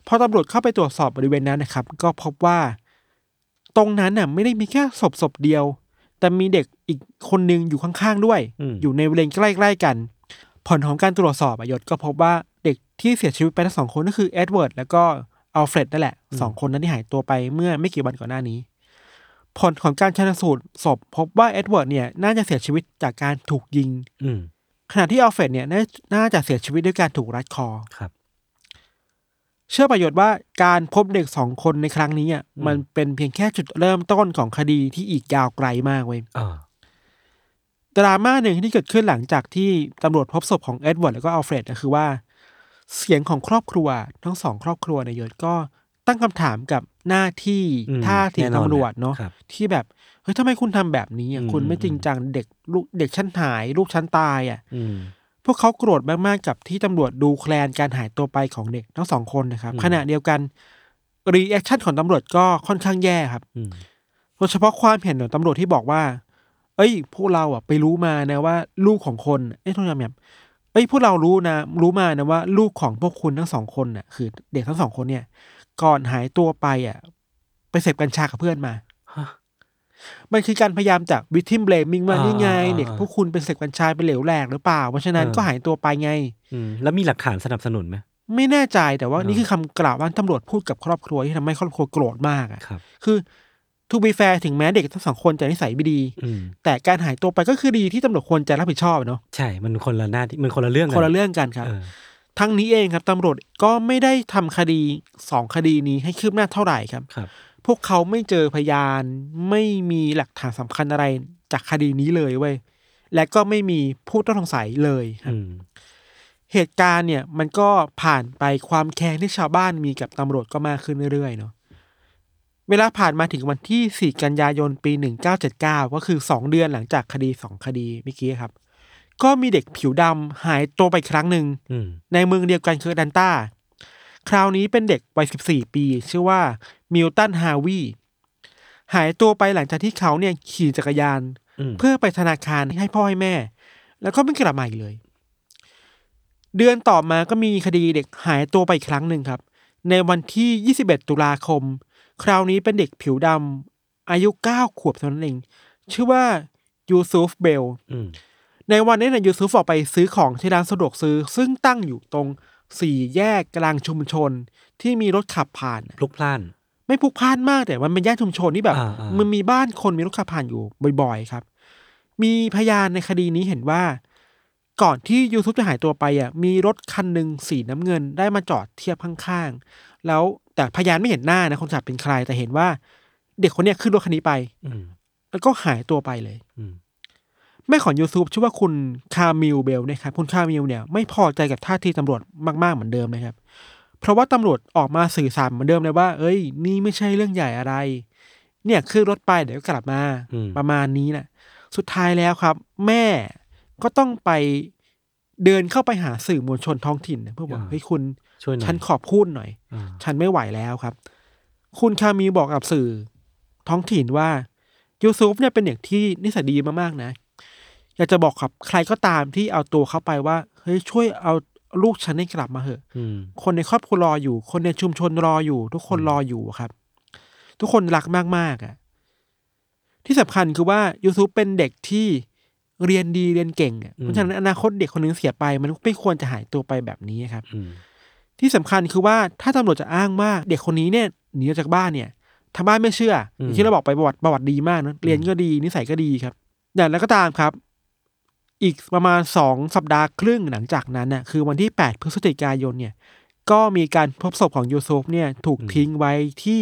C: พอตำรวจเข้าไปตรวจสอบบริเวณนั้นนะครับ ก็พบว่า ตรงนั้นน่ะ ไม่ได้มีแค่ศพศพเดียว แต่มีเด็กอีกคนนึงอยู่ข้างๆด้วย
B: อืม
C: อยู่ในบริเวณใกล้ๆกัน ผลของการตรวจสอบอะยศก็พบว่าเด็กที่เสียชีวิตไปทั้งสองคนก็คือเอ็ดเวิร์ดแล้วก็อัลเฟรดนั่นแหละสองคนนั้นที่หายตัวไปเมื่อไม่กี่วันก่อนหน้านี้ ผลของการชันสูตรศพพบว่าเอ็ดเวิร์ดเนี่ยน่าจะเสียชีวิตจากการถูกยิง
B: อืม
C: ขณะที่อัลเฟรดเนี่ยนาน่าจะเสียชีวิตด้วยการถูกรัดคอ
B: ครับ
C: เชื่อประโยชน์ว่าการพบเด็กสองคนในครั้งนี้อ่ะ
B: อืม
C: มันเป็นเพียงแค่จุดเริ่มต้นของคดีที่อีกยาวไกลมากเว้ย
B: อ่า
C: ดราม่าหนึ่งที่เกิดขึ้นหลังจากที่ตำรวจพบศพของเอ็ดเวิร์ดแล้วก็อัลเฟรดก็คือว่า เสียงของครอบครัวทั้งสองครอบครัวในยยศก็ตั้งคำถามกับหน้าที่
B: อืม
C: ท่าที
B: แน่นอน
C: ตำรวจเนาะ
B: ครับ
C: ที่แบบเฮ้ยทำไมคุณทำแบบนี้อ่ะ
B: อืม
C: คุณไม่จริงจังเด็กลูกเด็กชั้นหาย ลูกชั้นตายอ่ะ
B: อืม
C: พวกเขาโกรธมาก ๆ กับที่ตำรวจดูแคลนการหายตัวไปของเด็กทั้งสองคนนะครับ
B: อืม
C: ขณะเดียวกันรีแอคชั่นของตำรวจก็ค่อนข้างแย่ครับ
B: อืม
C: โดยเฉพาะความเห็นของตำรวจที่บอกว่า เอ้ย พวกเราอ่ะไปรู้มานะว่า ลูกของคนเอ้ยโทุกอย่างแบบเอ้ยพวกเรารู้นะ รู้มานะว่า ลูกของพวกคุณทั้งสองคนน่ะคือ เด็กทั้งสองคนเนี่ย ก่อนหายตัวไปอ่ะ ไปเสพกัญชากับเพื่อนมา
B: ฮะ
C: มันคือการพยายามจากวิทิมเบลมิงว่า
B: อ่า
C: นี่ไง
B: อ่าอ่า
C: เด็กพวกคุณเป็นเสพกัญชาเป็นเหลวแหลกหรือเปล่าเพราะฉะนั้น
B: เออ
C: ก็หายตัวไปไง
B: อืมแล้วมีหลักฐานสนับสนุนไหม
C: ไม่แน่ใจแต่ว่า
B: อ่านี่
C: นี่คือคำกล่าวว่างตำรวจพูดกับครอบครัวที่ทำให้ครอบครัวโกรธมากอะ
B: ครับ
C: คือทูบีแฟร์ถึงแม้เด็กทั้งสองคนจะนิสัยไม่ดี
B: อืม
C: แต่การหายตัวไปก็คือดีที่ตำรวจควรจะรับผิดชอบอะเนาะ
B: ใช่ มันคนละหน้าที่มันคนละเรื่องกั
C: คนละเรื่องกันครับ
B: เออ
C: ทั้งนี้เองครับตำรวจก็ไม่ได้ทำคดีสองคดีนี้ให้คืบหน้าเท่าไหร่ครับ
B: ครับ
C: พวกเขาไม่เจอพยาน ไม่มีหลักฐานสำคัญอะไรจากคดีนี้เลยเว้ยและก็ไม่มีผู้ต้องสงสัยเลยครับ
B: อืม
C: เหตุการณ์เนี่ยมันก็ผ่านไปความแค้นที่ชาวบ้านมีกับตำรวจก็มากขึ้นเรื่อยๆเนาะเวลาผ่านมาถึงวันที่ 4 กันยายนปี 1979 ก็คือ 2 เดือนหลังจากคดี 2 คดีเมื่อกี้ครับ ก็มีเด็กผิวดำหายตัวไปครั้งหนึ่ง
B: อืม
C: ในเมืองเดียวกันคืออแดันต้า คราวนี้เป็นเด็กวัย 14 ปี ชื่อว่ามิลตันฮาวีหายตัวไปหลังจากที่เขาเนี่ยขี่จักรยาน
B: อืม
C: เพื่อไปธนาคารให้พ่อให้แม่ แล้วก็ไม่กลับมาอีกเลย เดือนต่อมาก็มีคดีเด็กหายตัวไปอีกครั้งหนึ่งครับ ในวันที่ 21 ตุลาคม คราวนี้เป็นเด็กผิวดำอายุ 9 ขวบเท่านั้นเอง ชื่อว่ายูซุฟเบล
B: อืม
C: ในวันนี้เนี่ยยูซุฟออกไปซื้อของที่ร้านสะดวกซื้อ ซึ่งตั้งอยู่ตรงสี่แยกกลางชุมชนที่มีรถขับผ่าน
B: พลุกพล่าน
C: ไม่พลุกพล่านมากแต่มันเป็นย่านชุมชนที่แบบ
B: อ่าอ่ามั
C: มันมีบ้านคนมีรถขับผ่านอยู่บ่อย ๆ ครับ มีพยานในคดีนี้เห็นว่า ก่อนที่ยูทูบจะหายตัวไปอ่ะมีรถคันหนึ่งสีน้ำเงินได้มาจอดเทียบข้างๆ แล้วแต่พยานไม่เห็นหน้านะคนขับเป็นใครแต่เห็นว่า เด็กคนเนี้ยขึ้นรถคันนี้ไป
B: อืม
C: แล้วก็หายตัวไปเลย
B: อืม
C: แม่ของยูทูบชื่อว่าคุณคามิลเบลนะครับคุณคามิลเนี่ยไม่พอใจกับท่าทีตำรวจมากๆเหมือนเดิมนะครับ เพราะว่าตำรวจออกมาสื่อสารเหมือนเดิมเลยว่า เอ้ย นี่ไม่ใช่เรื่องใหญ่อะไร เนี่ยขึ้นรถไปเดี๋ยวก็กลับมา
B: อืม
C: ประมาณนี้นะสุดท้ายแล้วครับ แม่ก็ต้องไปเดินเข้าไปหาสื่อมวลชนท้องถิ่นนะเพื่อบอกเฮ้ยคุณ
B: ช่วยหน่อย
C: ฉันขอพูดหน่อย
B: อ่า
C: ฉันไม่ไหวแล้วครับ คุณคามีบอกกับสื่อท้องถิ่นว่า ยูซุฟเนี่ยเป็นเด็กที่นิสัยดีมากๆนะ อยากจะบอกกับใครก็ตามที่เอาตัวเข้าไปว่า เฮ้ยช่วยเอาลูกฉันให้กลับมาเถอะ
B: อืม
C: คนในครอบครัวรออยู่ คนในชุมชนรออยู่ ทุกคนรออยู่ครับ ทุกคนรักมากๆอ่ะ ที่สำคัญคือว่ายูทูบเป็นเด็กที่เรียนดีเรียนเก่งอ่ะเพราะฉะนั้นอนาคตเด็กคนหนึงเสียไป มันไม่ควรจะหายตัวไปแบบนี้ครับ
B: อืม
C: ที่สำคัญคือว่าถ้าตำรวจจะอ้างว่าเด็กคนนี้เนี่ยหนีออกจากบ้านเนี่ยทางบ้านไม่เชื่ออย่างที่เราบอกไปประวัติประวัติดีมากนะเรียนก็ดีนิสัยก็ดีครับอย่างไรก็ตามครับ อีกประมาณสองสัปดาห์ครึ่งหลังจากนั้นน่ะคือวันที่ 8 พฤศจิกายนเนี่ย ก็มีการพบศพของยูซุฟเนี่ยถูกทิ้งไว้ที่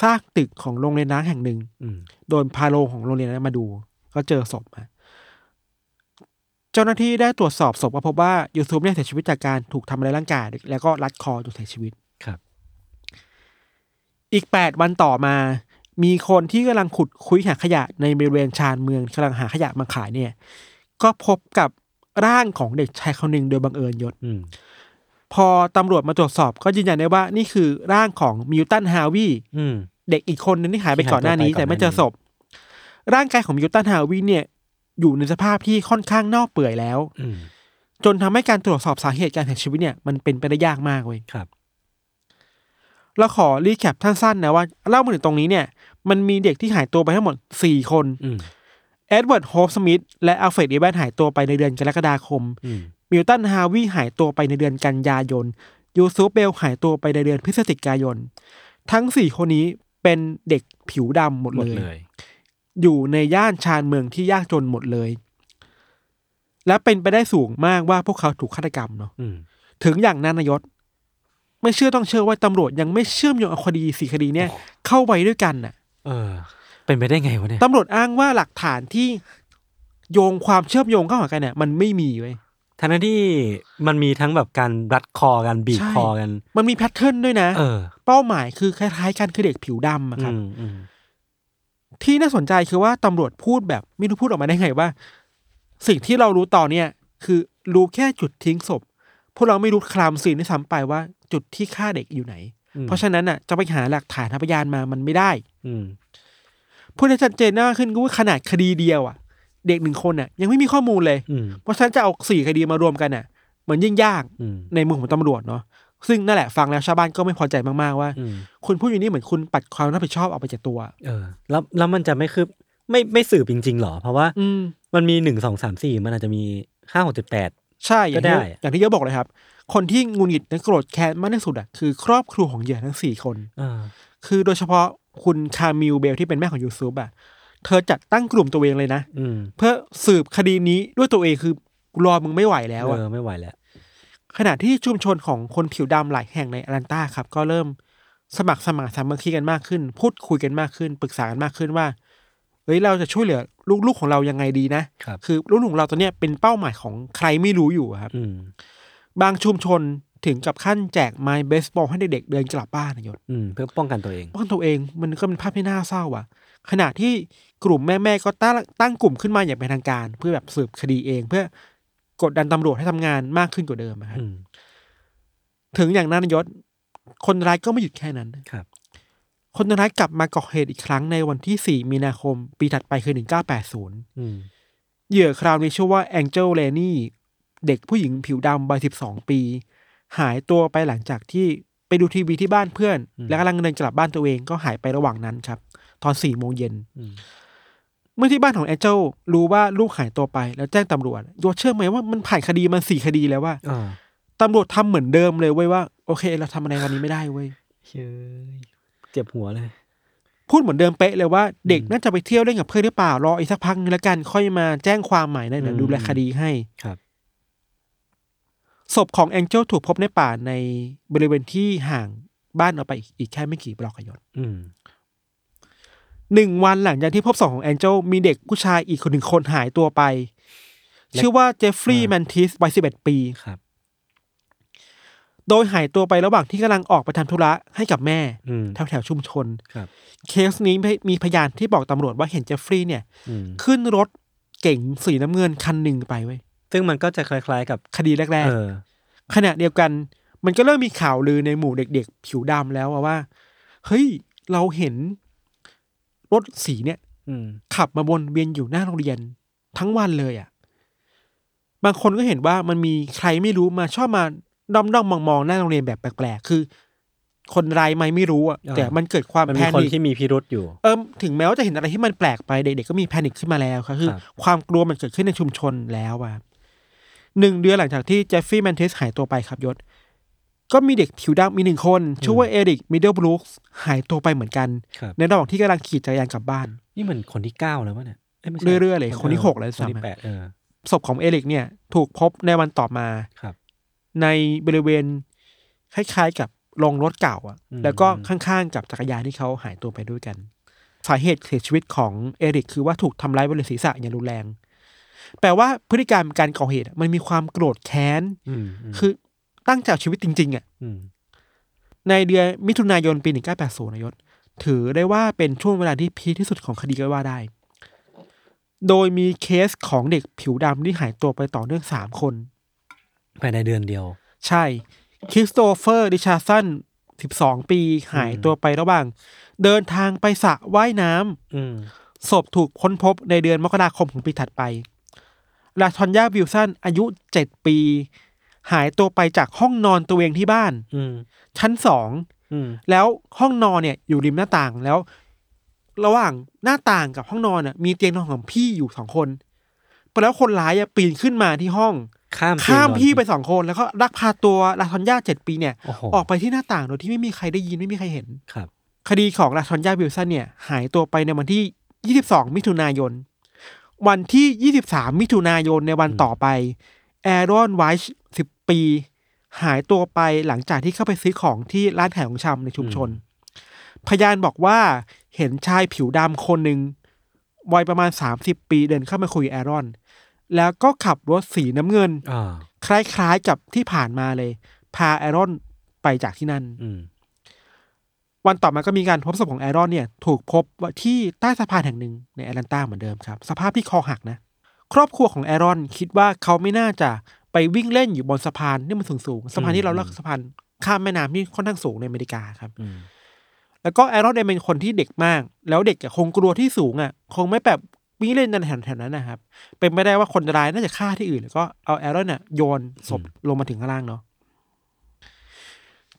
C: ซากตึกของโรงเรียนร้างแห่งหนึ่ง
B: อืม
C: โดนพาโรงของโรงเรียนนั้นมาดู ก็เจอศพมาเจ้าหน้าที่ได้ตรวจสอบศพก็พบว่ายูทูบเนี่ยเสียชีวิตจากการถูกทำร้ายร่างกายแล้วก็รัดคอจนเสียชีวิต
B: ครับ
C: อีกแปดวันต่อมา มีคนที่กำลังขุดคุยหาขยะในบริเวณชานเมืองกำลังหาขยะมาขายเนี่ย ก็พบกับร่างของเด็กชายคนหนึ่งโดยบังเอิญยศ
B: อืม
C: พอตำรวจมาตรวจสอบก็ยืนยันได้ว่านี่คือร่างของมิวตันฮาวี
B: อืม
C: เด็กอีกคนนึงที่หายไปก่อนหน้านี้
B: ที่หายตัวไปก่อนหน้านี้
C: แต่ไม่เจอศพ ร่างกายของมิวตันฮาวินเนี่ย อยู่ในสภาพที่ค่อนข้างเน่าเปื่อยแล้ว
B: อืม
C: จนทำให้การตรวจสอบสาเหตุการเสียชีวิตเนี่ย มันเป็นไปได้ยากมากเว้ย
B: ครับ
C: เราขอรีแคปสั้นๆนะว่าเล่ามาถึงตรงนี้เนี่ย มันมีเด็กที่หายตัวไปทั้งหมด 4 คน
B: อืม
C: เอ็ดเวิร์ดโฮปสมิธและอัลเฟรดอีแวนหายตัวไปในเดือนกรกฎาคม
B: อืม
C: มิลตันฮาวิหายตัวไปในเดือนกันยายน ยูซูฟเบลหายตัวไปในเดือนพฤศจิกายน ทั้งสี่คนนี้เป็นเด็กผิวดำหมด
B: หม
C: เล
B: ด
C: ย
B: เลย
C: อยู่ในย่านชานเมืองที่ยากจนหมดเลย และเป็นไปได้สูงมากว่าพวกเขาถูกฆาตกรรมเนาะ
B: อืม
C: ถึงอย่างนั้นนายศ ไม่เชื่อต้องเชื่อว่าตำรวจยังไม่เชื่อมโยงเอาคดีสี่คดีเนี่ย เข้าไปด้วยกันน่ะ
B: เออ เป็นไปได้ไงวะเนี่ย
C: ตำรวจอ้างว่าหลักฐานที่โยงความเชื่อมโยงเข้าหากันเนี่ยมันไม่มีเว้ย
B: ทั้งๆที่มันมีทั้งแบบการรัดคอกันบีบ
C: ใช่
B: คอกัน
C: มันมีแพทเทิร์นด้วยนะ
B: เออ
C: เป้าหมายคือคล้ายๆกันคือเด็กผิวดำอะครับ
B: อืมอืม
C: ที่น่าสนใจคือว่าตำรวจพูดแบบไม่รู้พูดออกมาได้ไงว่า สิ่งที่เรารู้ตอนเนี้ยคือรู้แค่จุดทิ้งศพ พวกเราไม่รู้คลามสิ่งที่ซ้ำไปว่าจุดที่ฆ่าเด็กอยู่ไหน
B: อืม
C: เพราะฉะนั้นน่ะจะไปหาหลักฐานหาพยานมามันไม่ได้
B: อืม
C: พูดให้ชัดเจนมากขึ้นก็ว่าขนาดคดีเดียวอ่ะ เด็กหนึ่งคนอ่ะ ยังไม่มีข้อมูลเลย
B: อืม
C: เพราะฉะนั้นจะเอาสี่คดีมารวมกันอ่ะเหมือนยิ่งยาก
B: อืม
C: ในมุมของตำรวจเนาะซึ่งนั่นแหละฟังแล้วชาวบ้านก็ไม่พอใจมากๆว่า
B: อืม
C: คุณพูดอยู่นี่เหมือนคุณปัดความรับผิดชอบออกไปจากตัว
B: เออแล้วแล้วมันจะไม่คืบไม่ไม่สืบจริงๆหรอ เพราะว่า
C: อืม
B: มันมีหนึ่งสองสามสี่มันอาจจะมีห้าหกเจ็ดแปด
C: ใช่อย่างที่
B: ก็ได้
C: อย่างที่เยอะบอกเลยครับ คนที่งุนหงิดและโกรธแค้นมากที่สุดอะคือ ครอบครัวของเหยื่อทั้งสี่คน
B: เออ
C: คือโดยเฉพาะคุณคามิลเบลที่เป็นแม่ของยูซุปอะเธอจัดตั้งกลุ่มตัวเองเลยนะ
B: อืม
C: เพื่อสืบคดีนี้ด้วยตัวเองคือรอมึงไม่ไหวแล้ว
B: เอ
C: อะ
B: อไม่ไหวแล้ว
C: ขณะที่ชุมชนของคนผิวดำหลายแห่งในแอตแลนตาครับก็เริ่มสมัครสมานสามัคคีกันมากขึ้น พูดคุยกันมากขึ้น ปรึกษากันมากขึ้นว่าเฮ้ยเราจะช่วยเหลือลูกๆของเรายังไงดีนะครับ คือลูกๆของเราตอนเนี้ยเป็นเป้าหมายของใครไม่รู้อยู่อะครับ
B: อืม
C: บางชุมชนถึงกับขั้นแจกไม้เบสบอลให้เด็กๆเดินกลับบ้านนะยศ
B: อืมเพื่อป้องกันตัวเอง
C: ป้องกันตัวเองมันก็เป็นภาพที่น่าเศร้าอ่ะ ขณะที่กลุ่มแม่ๆก็ตั้งตั้งกลุ่มขึ้นมาอย่างเป็นทางการ เพื่อแบบสืบคดีเอง เพื่อกดดันตำรวจให้ทำงานมากขึ้นกว่าเดิมอะครับ
B: อืม
C: ถึงอย่างนั้นนะยศคนร้ายก็ไม่หยุดแค่นั้น
B: ครับ
C: คนร้ายกลับมาก่อเหตุอีกครั้งในวันที่ 4 มีนาคม ปีถัดไปคือ 1980
B: อืม
C: เหยื่อคราวนี้ชื่อว่าแองเจลเลนี่เด็กผู้หญิงผิวดำวัย 12 ปี หายตัวไปหลังจากที่ไปดูทีวีที่บ้านเพื่อน และกำลังเดินกลับบ้านตัวเองก็หายไประหว่างนั้นครับ ตอน 4 โมงเย็น
B: อืม
C: เมื่อที่บ้านของแองเจลรู้ว่าลูกหายตัวไปแล้วแจ้งตำรวจโยเชื่อไหมว่ามันผ่านคดีมันสี่คดีแล้วว่า
B: อ่า
C: ตำรวจทำเหมือนเดิมเลยเว้ยว่าโอเค เราทำอะไรวันนี้ไม่ได้เว้ย
B: เชยเจ็บหัวเลย
C: พูดเหมือนเดิมเป๊ะเลยว่าเด็กน่าจะไปเที่ยวเล่นกับเพื่อนหรือเปล่ารออีกสักพักนึงแล้วกันค่อยมาแจ้งความใหม่นะเดี๋ยว
B: อืม
C: ดูแลคดีให้
B: ครับ
C: ศพของแองเจลถูกพบในป่าในบริเวณที่ห่างบ้านออกไปอีกแค่ไม่กี่บล็อกอะยศ
B: อืม
C: หนึ่งวันหลังจากที่พบศพของแองเจลมีเด็กผู้ชายอีกคนหนึ่งคนหายตัวไป ชื่อว่าเจฟฟรีย์แมนทิสวัยสิบเอ็ดปี
B: ครับ
C: โดยหายตัวไประหว่างที่กำลังออกไปทำธุระให้กับแม่
B: อืม
C: แถวแถวๆชุมชน
B: ครับ
C: เคสนี้มีพยานที่บอกตำรวจว่าเห็นเจฟฟรีย์เนี่ย
B: อืม
C: ขึ้นรถเก๋งสีน้ำเงินคันหนึ่งไปเว้ย
B: ซึ่งมันก็จะคล้าย ๆ กับ
C: คดีแรก
B: เออ
C: ๆขณะเดียวกัน มันก็เริ่มมีข่าวลือในหมู่เด็กๆ ผิวดำแล้วอะว่า เฮ้ย เราเห็นรถสีเนี่ย
B: อืม
C: ขับมาวนเวียนอยู่หน้าโรงเรียนทั้งวันเลยอะบางคนก็เห็นว่ามันมีใครไม่รู้มาชอบมาด้อมๆมองๆหน้าโรงเรียนแบบแปลกๆ คือ คนร้ายไหมไม่รู้อะ
B: เออ
C: แต่มันเกิดความ
B: มัน
C: แพ
B: มีคน
C: นิค
B: ที่มีพิรุษอยู่
C: เอิมถึงแม้ว่าจะเห็นอะไรที่มันแปลกไปเด็กๆก็มีแพนิคขึ้นมาแล้วครับคือ
B: ครับ
C: ความกลัวมันเกิดขึ้นในชุมชนแล้วอ่ะหนึ่งเดือนหลังจากที่เจฟฟี่แมนเทสหายตัวไปครับยศ ก็มีเด็กผิวดำมีหนึ่งคน ชื่อว่าเอริกมิดเดิลบรูคหายตัวไปเหมือนกัน
B: ครับ
C: ในระหว่างที่กำลังขี่จักรยานกลับบ้าน
B: นี่มันคนที่เก้าแล้ววะเนี่ยยไม่ใช่
C: เรื่อยๆเลยคนที่หกแล้ว
B: คนที่
C: ซ้ำอะ
B: แปดเออ
C: ศพของเอริกเนี่ย ถูกพบในวันต่อมา
B: ครับ
C: ในบริเวณคล้ายๆกับโรงรถเก่าอ่ะ
B: อืม
C: แล้วก็ข้างๆกับจักรยานที่เขาหายตัวไปด้วยกัน สาเหตุเสียชีวิตของเอริกคือว่าถูกทำร้ายบริเวณศีรษะอย่างรุนแรง แปลว่าพฤติกรรมการก่อเหตุอะมันมีความโกรธแค้น
B: อืม
C: คือตั้งใจเอาชีวิตจริงๆอ่ะ
B: อืม
C: ในเดือนมิถุนายนปี 1980นายศ ถือได้ว่าเป็นช่วงเวลาที่พีคที่สุดของคดีก็ว่าได้ โดยมีเคสของเด็กผิวดำที่หายตัวไปต่อเนื่อง 3 คน
B: ภายในเดือนเดียว
C: ใช่ คริสโตเฟอร์ ดิชาร์สัน 12 ปีหายตัวไประหว่าง เดินทางไปสระว่ายน้
B: อืม
C: ำศพถูกค้นพบในเดือนมกราคมของปีถัดไป ลาทอนยาวิลสัน อายุ 7 ปี หายตัวไปจากห้องนอนตัวเองที่บ้าน
B: อืม
C: ชั้นสอง
B: อืม
C: แล้วห้องนอนเนี่ยอยู่ริมหน้าต่างแล้ว ระหว่างหน้าต่างกับห้องนอนน่ะมีเตียงนอนของพี่อยู่สองคนแล้วคนร้ายอะปีนขึ้นมาที่ห้อง
B: ข้าม
C: ข้ามพี่ไป
B: เตียงนอน
C: สองคนแล้วก็ลักพาตัวลาทอนย่าเจ็ดปีเนี่ย
B: โอ้โห
C: ออกไปที่หน้าต่างโดยที่ไม่มีใครได้ยินไม่มีใครเห็น
B: ครับ
C: คดีของลาทอนย่าวิลสันเนี่ย หายตัวไปในวันที่ 22 มิถุนายน วันที่ 23 มิถุนายนในวันต่อไป แอรอนไวช์10 ปี หายตัวไปหลังจากที่เข้าไปซื้อของที่ร้านขายของชำในชุมชน พยานบอกว่าเห็นชายผิวดำคนหนึ่งวัยประมาณ 30 ปีเดินเข้ามาคุยกับแอรอน แล้วก็ขับรถสีน้ำเงิน
B: อ่า
C: คล้ายๆกับที่ผ่านมาเลย พาแอรอนไปจากที่นั่น
B: อืม
C: วันต่อมาก็มีการพบศพของแอรอนเนี่ย ถูกพบว่าที่ใต้สะพานแห่งหนึ่งในแอตแลนตาเหมือนเดิมครับ สภาพที่คอหักนะ ครอบครัวของแอรอนคิดว่าเขาไม่น่าจะไปวิ่งเล่นอยู่บนสะพานที่มันสูงๆสะพานที่เราเรียกสะพานข้ามแม่น้ำที่ค่อนข้างสูงในอเมริกาครับ
B: อืม
C: แล้วก็แอรอนเองเป็นคนที่เด็กมาก แล้วเด็กอะคงกลัวที่สูงอ่ะ คงไม่แบบวิ่งเล่นในแถวๆนั้นนะครับ เป็นไม่ได้ว่าคนร้ายน่าจะฆ่าที่อื่น แล้วก็เอาแอรอนน่ะโยนศพลงมาถึงข้างล่างเนาะ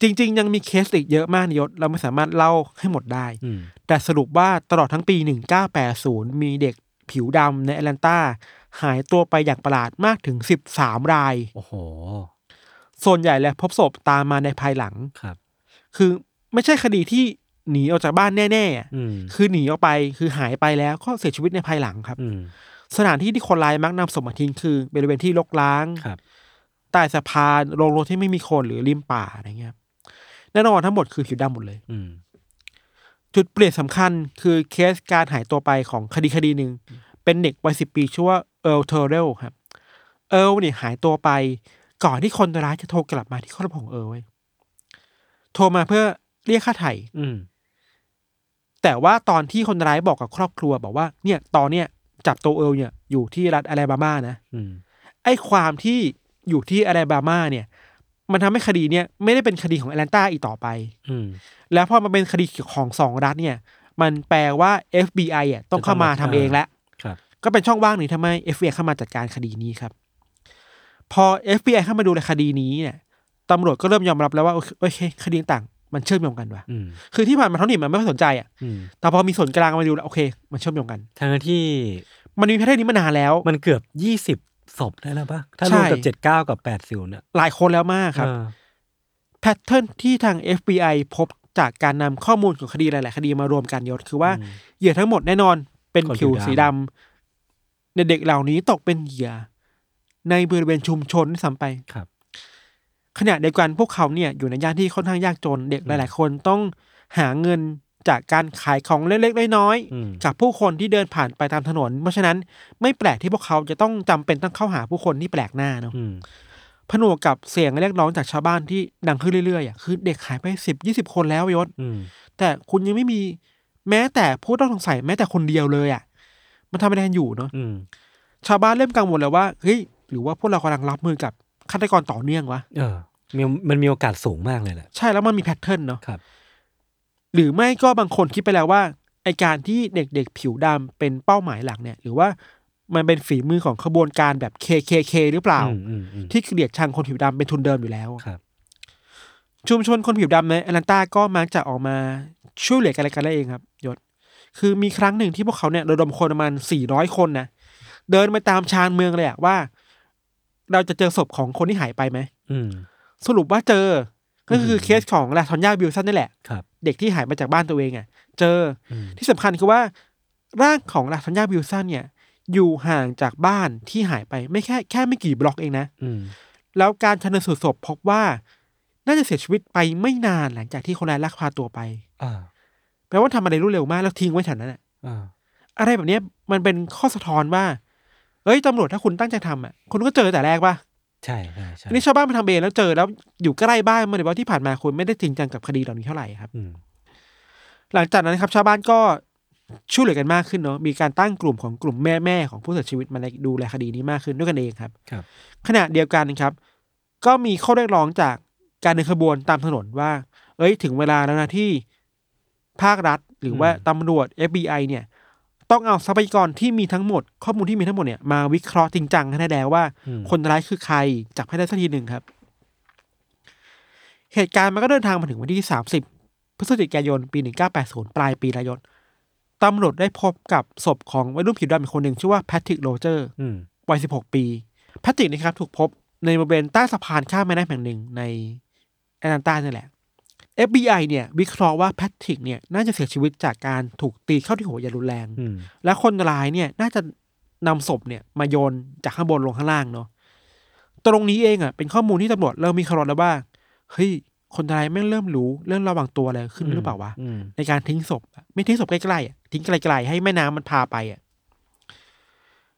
C: จริง ๆ ยังมีเคสอีกเยอะมากนยศ เราไม่สามารถเล่าให้หมดได้
B: อืม
C: แต่สรุปว่าตลอดทั้งปี 1980 มีเด็กผิวดำในแอตแลนตาหายตัวไปอย่างประหลาดมากถึง 13 ราย
B: โอ้โห
C: ส่วนใหญ่แล้วพบศพตามมาในภายหลัง
B: ครับ
C: คือไม่ใช่คดีที่หนีออกจากบ้านแน่ๆอะ
B: อืม
C: คือหนีออกไปคือหายไปแล้วก็เสียชีวิตในภายหลังครับ
B: อืม
C: สถานที่ที่คนร้ายมักนำศพมาทิ้งคือบริเวณที่รกร้าง
B: ครับ
C: ใต้สะพานโรงรถที่ไม่มีคนหรือริมป่าอะไรเงี้ยแน่นอนทั้งหมดคือผิวดำหมดเลย
B: อืม
C: จุดเปลี่ยนสำคัญคือเคสการหายตัวไปของคดีคดีหนึ่ง เป็นเด็กวัยสิบปีชื่อว่าเอิร์ลเทอร์เรลครับ เอิร์ลเนี่ยหายตัวไป ก่อนที่คนร้ายจะโทรกลับมาที่ครอบครัวของเอิร์ลเว้ยโทรมาเพื่อเรียกค่าไถ่
B: อืม
C: แต่ว่าตอนที่คนร้ายบอกกับครอบครัวบอกว่าเนี่ยตอนเนี้ยจับตัวเอิร์ลเนี่ยอยู่ที่รัฐอลาบามานะ
B: อืม
C: ไอ้ความที่อยู่ที่อลาบามาเนี่ย มันทำให้คดีเนี่ยไม่ได้เป็นคดีของแอตแลนตาอีกต่อไป
B: อืม
C: แล้วพอมันเป็นคดีของสองรัฐเนี่ย มันแปลว่า FBI อ่ะต้องเข้ามาทำเองแล้ว
B: ครับ
C: ก็เป็นช่องว่างหนึ่งทำไม FBI เข้ามาจัดการคดีนี้ครับ พอ FBI เข้ามาดูในคดีนี้เนี่ยตำรวจก็เริ่มยอมรับแล้วว่าโอเคโอเคคดีต่างๆมันเชื่อมโยงกันว่ะ
B: อืม
C: คือที่ผ่านมาท้องถิ่นมันไม่ค่อยสนใจอ่ะ
B: อืม
C: แต่พอมีส่วนกลางมาดูแล้วโอเค มันเชื่อมโยงกัน
B: ทั้งที่
C: มันมีแพทเทิร์นนี้มานานแล้ว
B: มันเกือบยี่สิบศพได้แล้วปะถ้ารวมกับ
C: ใช่
B: เจ็ดเก้ากับแปดสิวเนี่ย
C: หลายคนแล้วมากครับ
B: เออ
C: แพทเทิร์นที่ทาง FBI พบจากการนำข้อมูลของคดีหลาย ๆ คดีมารวมกันยศคือว่า
B: อืม
C: เหยื่อทั้งหมดแน่นอนเป็น
B: คนผิ
C: ผิ
B: ว
C: ว
B: ดำ
C: สีดำในเด็กเหล่านี้ตกเป็นเหยื่อในบริเวณชุมชนที่สัมไป
B: ครับ
C: ขณะเดียวกันพวกเขาเนี่ยอยู่ในย่านที่ค่อนข้างยากจน เด็กหลาย ๆ คนต้องหาเงินจากการขายของเล็กๆน้อย
B: อืม
C: กับผู้คนที่เดินผ่านไปตามถนน เพราะฉะนั้นไม่แปลกที่พวกเขาจะต้องจำเป็นต้องเข้าหาผู้คนที่แปลกหน้าเนาะ
B: อืม
C: ผนวกกับเสียงเรียกร้องจากชาวบ้านที่ดังขึ้นเรื่อยๆอ่ะคือเด็กหายไปสิบยี่สิบคนแล้วยศ
B: อืม
C: แต่คุณยังไม่มีแม้แต่ผู้ต้องสงสัยแม้แต่คนเดียวเลยอ่ะ มันทำอะไรกันอยู่เนาะ
B: อืม
C: ชาวบ้านเริ่มกังวลแล้วว่าเฮ้ยหรือว่าพวกเรากำลังรับมือกับฆาตกรต่อเนื่องวะ
B: เออมีมันมีโอกาสสูงมากเลยแหละ
C: ใช่แล้วมันมีแพทเทิร์นเนาะ
B: ครับ
C: หรือไม่ก็บางคนคิดไปแล้วว่าไอการที่เด็กๆผิวดำเป็นเป้าหมายหลักเนี่ย หรือว่ามันเป็นฝีมือของขบวนการแบบ KKK หรือเปล่า
B: อืมอืมอืม
C: ที่เกลียดชังคนผิวดำเป็นทุนเดิมอยู่แล้ว
B: ครับ
C: ชุมชนคนผิวดำในแอตแลนตาก็มักจะออกมาช่วยเหลือกันและกันและเองครับยศ คือมีครั้งหนึ่งที่พวกเขาเนี่ยระดมคนประมาณสี่ร้อยคนนะเดินไปตามชานเมืองเลยอะว่า เราจะเจอศพของคนที่หายไปไหม
B: อืม
C: สรุปว่าเจอ ก็คือเคสของลาทอนยาบิลสันนี่แหละ
B: ครับ
C: เด็กที่หายไปจากบ้านตัวเองอะเจออ
B: ม
C: ที่สำคัญคือว่า ร่างของลาทอนยาบิลสันเนี่ย อยู่ห่างจากบ้านที่หายไปไม่แค่แค่ไม่กี่บล็อกเองนะ
B: อืม
C: แล้วการชันสูตรศพพบว่า น่าจะเสียชีวิตไปไม่นานหลังจากที่คนร้ายลักพาตัวไป
B: อ่า
C: แปลว่าทำอะไรรวดเร็วมากแล้วทิ้งไว้แถวนั้นอะ
B: อ่า
C: อะไรแบบเนี้ยมันเป็นข้อสะท้อนว่า เอ้ยตำรวจถ้าคุณตั้งใจทำอ่ะคุณก็เจอแต่แรกป่ะ
B: ใช่ใช่ใช่
C: ทีนี้ชาวบ้านมาทำเองแล้วเจอแล้วอยู่ใกล้บ้านมันเลยว่าที่ผ่านมาคุณไม่ได้จริงจังกับคดีเหล่านี้เท่าไหร่ครับ
B: อืม
C: หลังจากนั้นครับชาวบ้านก็ช่วยเหลือกันมากขึ้นเนาะมีการตั้งกลุ่มของกลุ่มแม่แม่ๆของผู้เสียชีวิตมาดูแลคดีนี้มากขึ้นด้วยกันเองครับ
B: ครับ
C: ขณะเดียวกันนะครับ ก็มีข้อเรียกร้องจากการเดินขบวนตามถนนว่า เอ้ยถึงเวลาแล้วนะที่ภาครัฐ หรือว่าตำรวจ FBI เนี่ย ต้องเอาทรัพยากรที่มีทั้งหมด ข้อมูลที่มีทั้งหมดเนี่ยมาวิเคราะห์จริงจังให้ได้แล้วว่า
B: อืม
C: คนร้ายคือใครจับให้ได้สักทีหนึ่งครับ เหตุการณ์มันก็เดินทางมาถึงวันที่ 30 พฤศจิกายน ปี 1980 ปลายปีละยศตำรวจได้พบกับศพของวัยรุ่นผิวดำอีกคนหนึ่งชื่อว่าแพทริกโรเจอร์
B: อืม
C: วัย 16 ปีแพทริกนะครับ ถูกพบในบริเวณใต้สะพานข้ามแม่น้ำแห่งหนึ่งในแอตแลนตาเนี่ยแหละ FBI เนี่ย วิเคราะห์ว่าแพทริกเนี่ย น่าจะเสียชีวิตจากการถูกตีเข้าที่หัวอย่างรุนแรง
B: อืม
C: และคนร้ายเนี่ย น่าจะนำศพเนี่ย มาโยนจากข้างบนลงข้างล่างเนาะตรงนี้เองอ่ะเป็นข้อมูลที่ตำรวจเริ่มมีคารอแล้วว่าเฮ้ยคนร้ายแม่งเริ่มรู้เริ่มระวังตัวอะไรขึ้นหรือเปล่าวะ
B: อืม
C: ในการทิ้งศพอะไม่ทิ้งศพใกล้ๆอะทิ้งไกลๆให้แม่น้ำมันพาไปอะ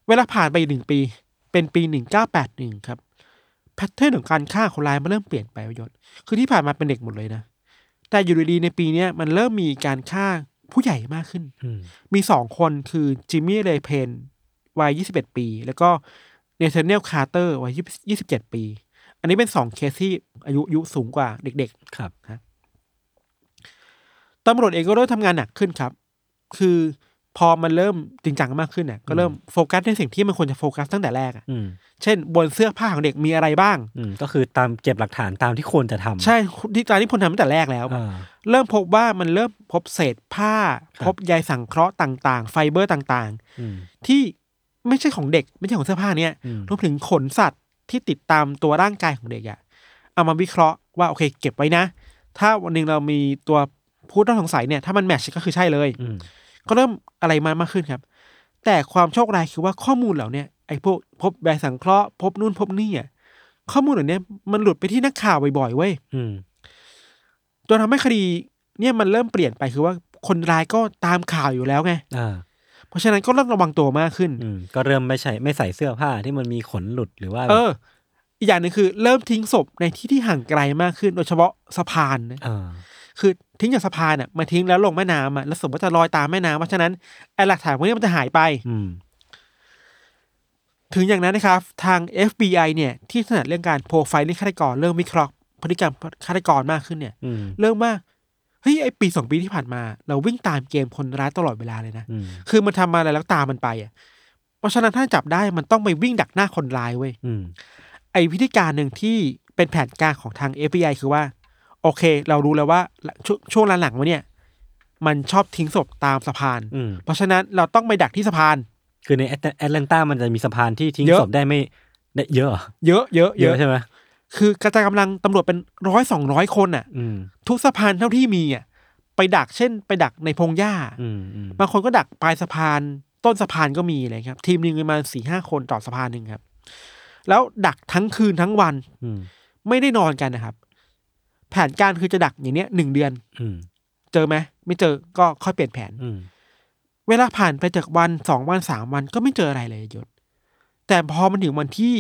C: เวลาผ่านไปอีกหนึ่งปี เป็นปีหนึ่งเก้าแปดหนึ่งครับแพทเทิร์นของการฆ่าคนร้ายมันเริ่มเปลี่ยนไปประยศคือที่ผ่านมาเป็นเด็กหมดเลยนะ แต่อยู่ดีๆในปีเนี้ยมันเริ่มมีการฆ่าผู้ใหญ่มากขึ้น
B: อืม
C: มีสองคนคือจิมมี่เลเพนวัย 21 ปี แล้วก็เนเธอร์เนลคาร์เตอร์วัย27 ปี อันนี้เป็นสองเคสที่อายุอายุสูงกว่าเด็ก ๆ
B: ครับ
C: ตำรวจเองก็เริ่มทำงานหนักขึ้นครับ คือพอมันเริ่มจริงจังมากขึ้นน่ะ ก็เริ่มโฟกัสในสิ่งที่มันควรจะโฟกัสตั้งแต่แรกอะ
B: อืม
C: เช่น บนเสื้อผ้าของเด็กมีอะไรบ้าง
B: อืม ก็คือตามเก็บหลักฐานตามที่ควรจะทำ
C: ใช่ที่ตามที่พลทำตั้งแต่แรกแล้ว
B: อ่า
C: เริ่มพบว่ามันเริ่มพบเศษผ้า
B: ครับ
C: พบใยสังเคราะห์ต่างๆ ไฟเบอร์ต่าง
B: อืม
C: ๆ ที่ไม่ใช่ของเด็ก ไม่ใช่ของเสื้อผ้าเนี่ย
B: อืม
C: รวมถึงขนสัตว์ที่ติดตามตัวร่างกายของเด็กอะเอามาวิเคราะห์ว่าโอเค เก็บไว้นะ ถ้าวันหนึ่งเรามีตัวผู้ต้องสงสัยเนี่ยถ้ามันแมทชก็คือใช่เลย
B: อืม
C: ก็เริ่มอะไรมามากขึ้นครับ แต่ความโชคร้ายคือว่าข้อมูลเหล่าเนี้ยไอ้พวกพบใบสังเคราะห์ พบนู่นพบนี่อ่ะ ข้อมูลเหล่านี้มันหลุดไปที่นักข่าวบ่อยๆเว้ย
B: อืม
C: จนทำให้คดีเนี่ยมันเริ่มเปลี่ยนไปคือว่าคนร้ายก็ตามข่าวอยู่แล้วไง
B: อ่า
C: เพราะฉะนั้นก็เริ่มระวังตัวมากขึ้น
B: อืม ก็เริ่มไม่ใช่ไม่ใส่เสื้อผ้าที่มันมีขนหลุดหรือว่าแบบ
C: เออ อีกอย่างหนึ่งคือเริ่มทิ้งศพในที่ที่ห่างไกลมากขึ้น โดยเฉพาะสะพานนะ
B: อ่า
C: คือทิ้งจากสะพานอ่ะมาทิ้งแล้วลงแม่น้ำอ่ะแล้วศพก็จะลอยตามแม่น้ำเพราะฉะนั้นไอ้หลักฐานพวกนี้มันจะหายไป
B: อืม
C: ถึงอย่างนั้นนะครับ ทาง FBI เนี่ยที่ถนัดเรื่องการโปรไฟล์ลิงฆาตกรเรื่องวิเคราะห์พฤติกรรมฆาตกรมากขึ้นเนี่ย
B: อืม
C: เริ่มว่าเฮ้ยไอปีสองปีที่ผ่านมา เราวิ่งตามเกมคนร้ายตลอดเวลาเลยนะ
B: อืม
C: คือมันทำมาอะไรแล้วตามมันไปอ่ะเพราะฉะนั้นถ้าจับได้มันต้องไปวิ่งดักหน้าคนร้ายเว้ย
B: อืม
C: ไอ้วิธีการหนึ่งที่เป็นแผนการของทาง FBI คือว่า โอเค เรารู้แล้วว่าชวงช่วงหลังๆมาเนี่ย มันชอบทิ้งศพตามสะพาน
B: อืม
C: เพราะฉะนั้นเราต้องไปดักที่สะพาน
B: คือในแอตแอตแลนตามันจะมีสะพานที่ทิ้ง
C: เยอะ
B: ศพได้ไม่ได้เยอะเหรอ
C: เยอะเยอะเยอะ
B: ใช่ไหม
C: คือกระจายกำลังตำรวจเป็นร้อยสองร้อยคนอ่ะ
B: อืม
C: ทุกสะพานเท่าที่มีอ่ะไปดักเช่น ไปดักในพงหญ้า
B: อืมอืม
C: บางคนก็ดักปลายสะพานต้นสะพานก็มีอะไรครับ ทีมหนึ่งประมาณสี่ห้าคนต่อสะพานหนึ่งครับ แล้วดักทั้งคืนทั้งวัน
B: อืม
C: ไม่ได้นอนกันนะครับ แผนการคือจะดักอย่างเนี้ยหนึ่งเดือน
B: อืม
C: เจอไหมไม่เจอก็ค่อยเปลี่ยนแผน
B: อืม
C: เวลาผ่านไปจากวันสองวันสามวันก็ไม่เจออะไรเลยยศแต่พอมันถึงวันที่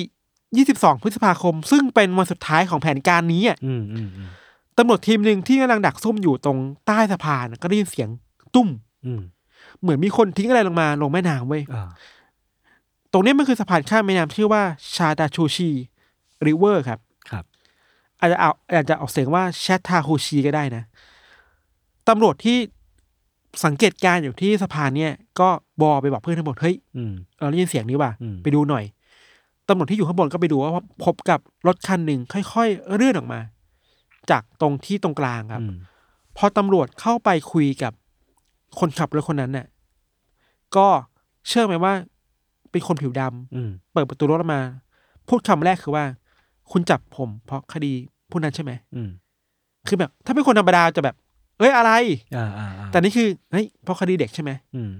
C: ยี่สิบสองพฤษภาคม ซึ่งเป็นวันสุดท้ายของแผนการนี้อะ
B: อืมอืมอืม
C: ตำรวจทีมหนึ่งที่กำลังดักซุ่มอยู่ตรงใต้สะพานก็ได้ยินเสียงตุ้ม
B: อืม
C: เหมือนมีคนทิ้งอะไรลงมาลงแม่น้ำเว้ย
B: อ่า
C: ตรงเนี้ยมันคือสะพานข้ามแม่น้ำชื่อว่าชาดาชูชีริเวอร์ครับ
B: ครับ
C: อาจจะเอาอาจจะออกเสียงว่าแชททาฮูชีก็ได้นะ ตำรวจที่สังเกตการณ์อยู่ที่สะพานเนี่ย ก็บอกไปบอกเพื่อนทั้งหมดเฮ้ย
B: อืม
C: เราได้ยินเสียงนี้ว่ะ
B: อืม
C: ไปดูหน่อย ตำรวจที่อยู่ข้างบนก็ไปดูว่าพบกับรถคันหนึ่งค่อยๆเลื่อนออกมา จากตรงที่ตรงกลางครับ
B: อืม
C: พอตำรวจเข้าไปคุยกับคนขับรถคนนั้นน่ะ ก็เชื่อไหมว่า เป็นคนผิวดำ
B: อืม
C: เปิดประตูรถออกมา พูดคำแรกคือว่า คุณจับผม เพราะคดีผู้นั้นใช่ไหม
B: อืม
C: คือแบบ ถ้าเป็นคนธรรมดาจะแบบ เอ้ยอะไร
B: อ่าอ่าอ่า
C: แต่นี่คือเฮ้ยเพราะคดีเด็กใช่ไหม
B: อืม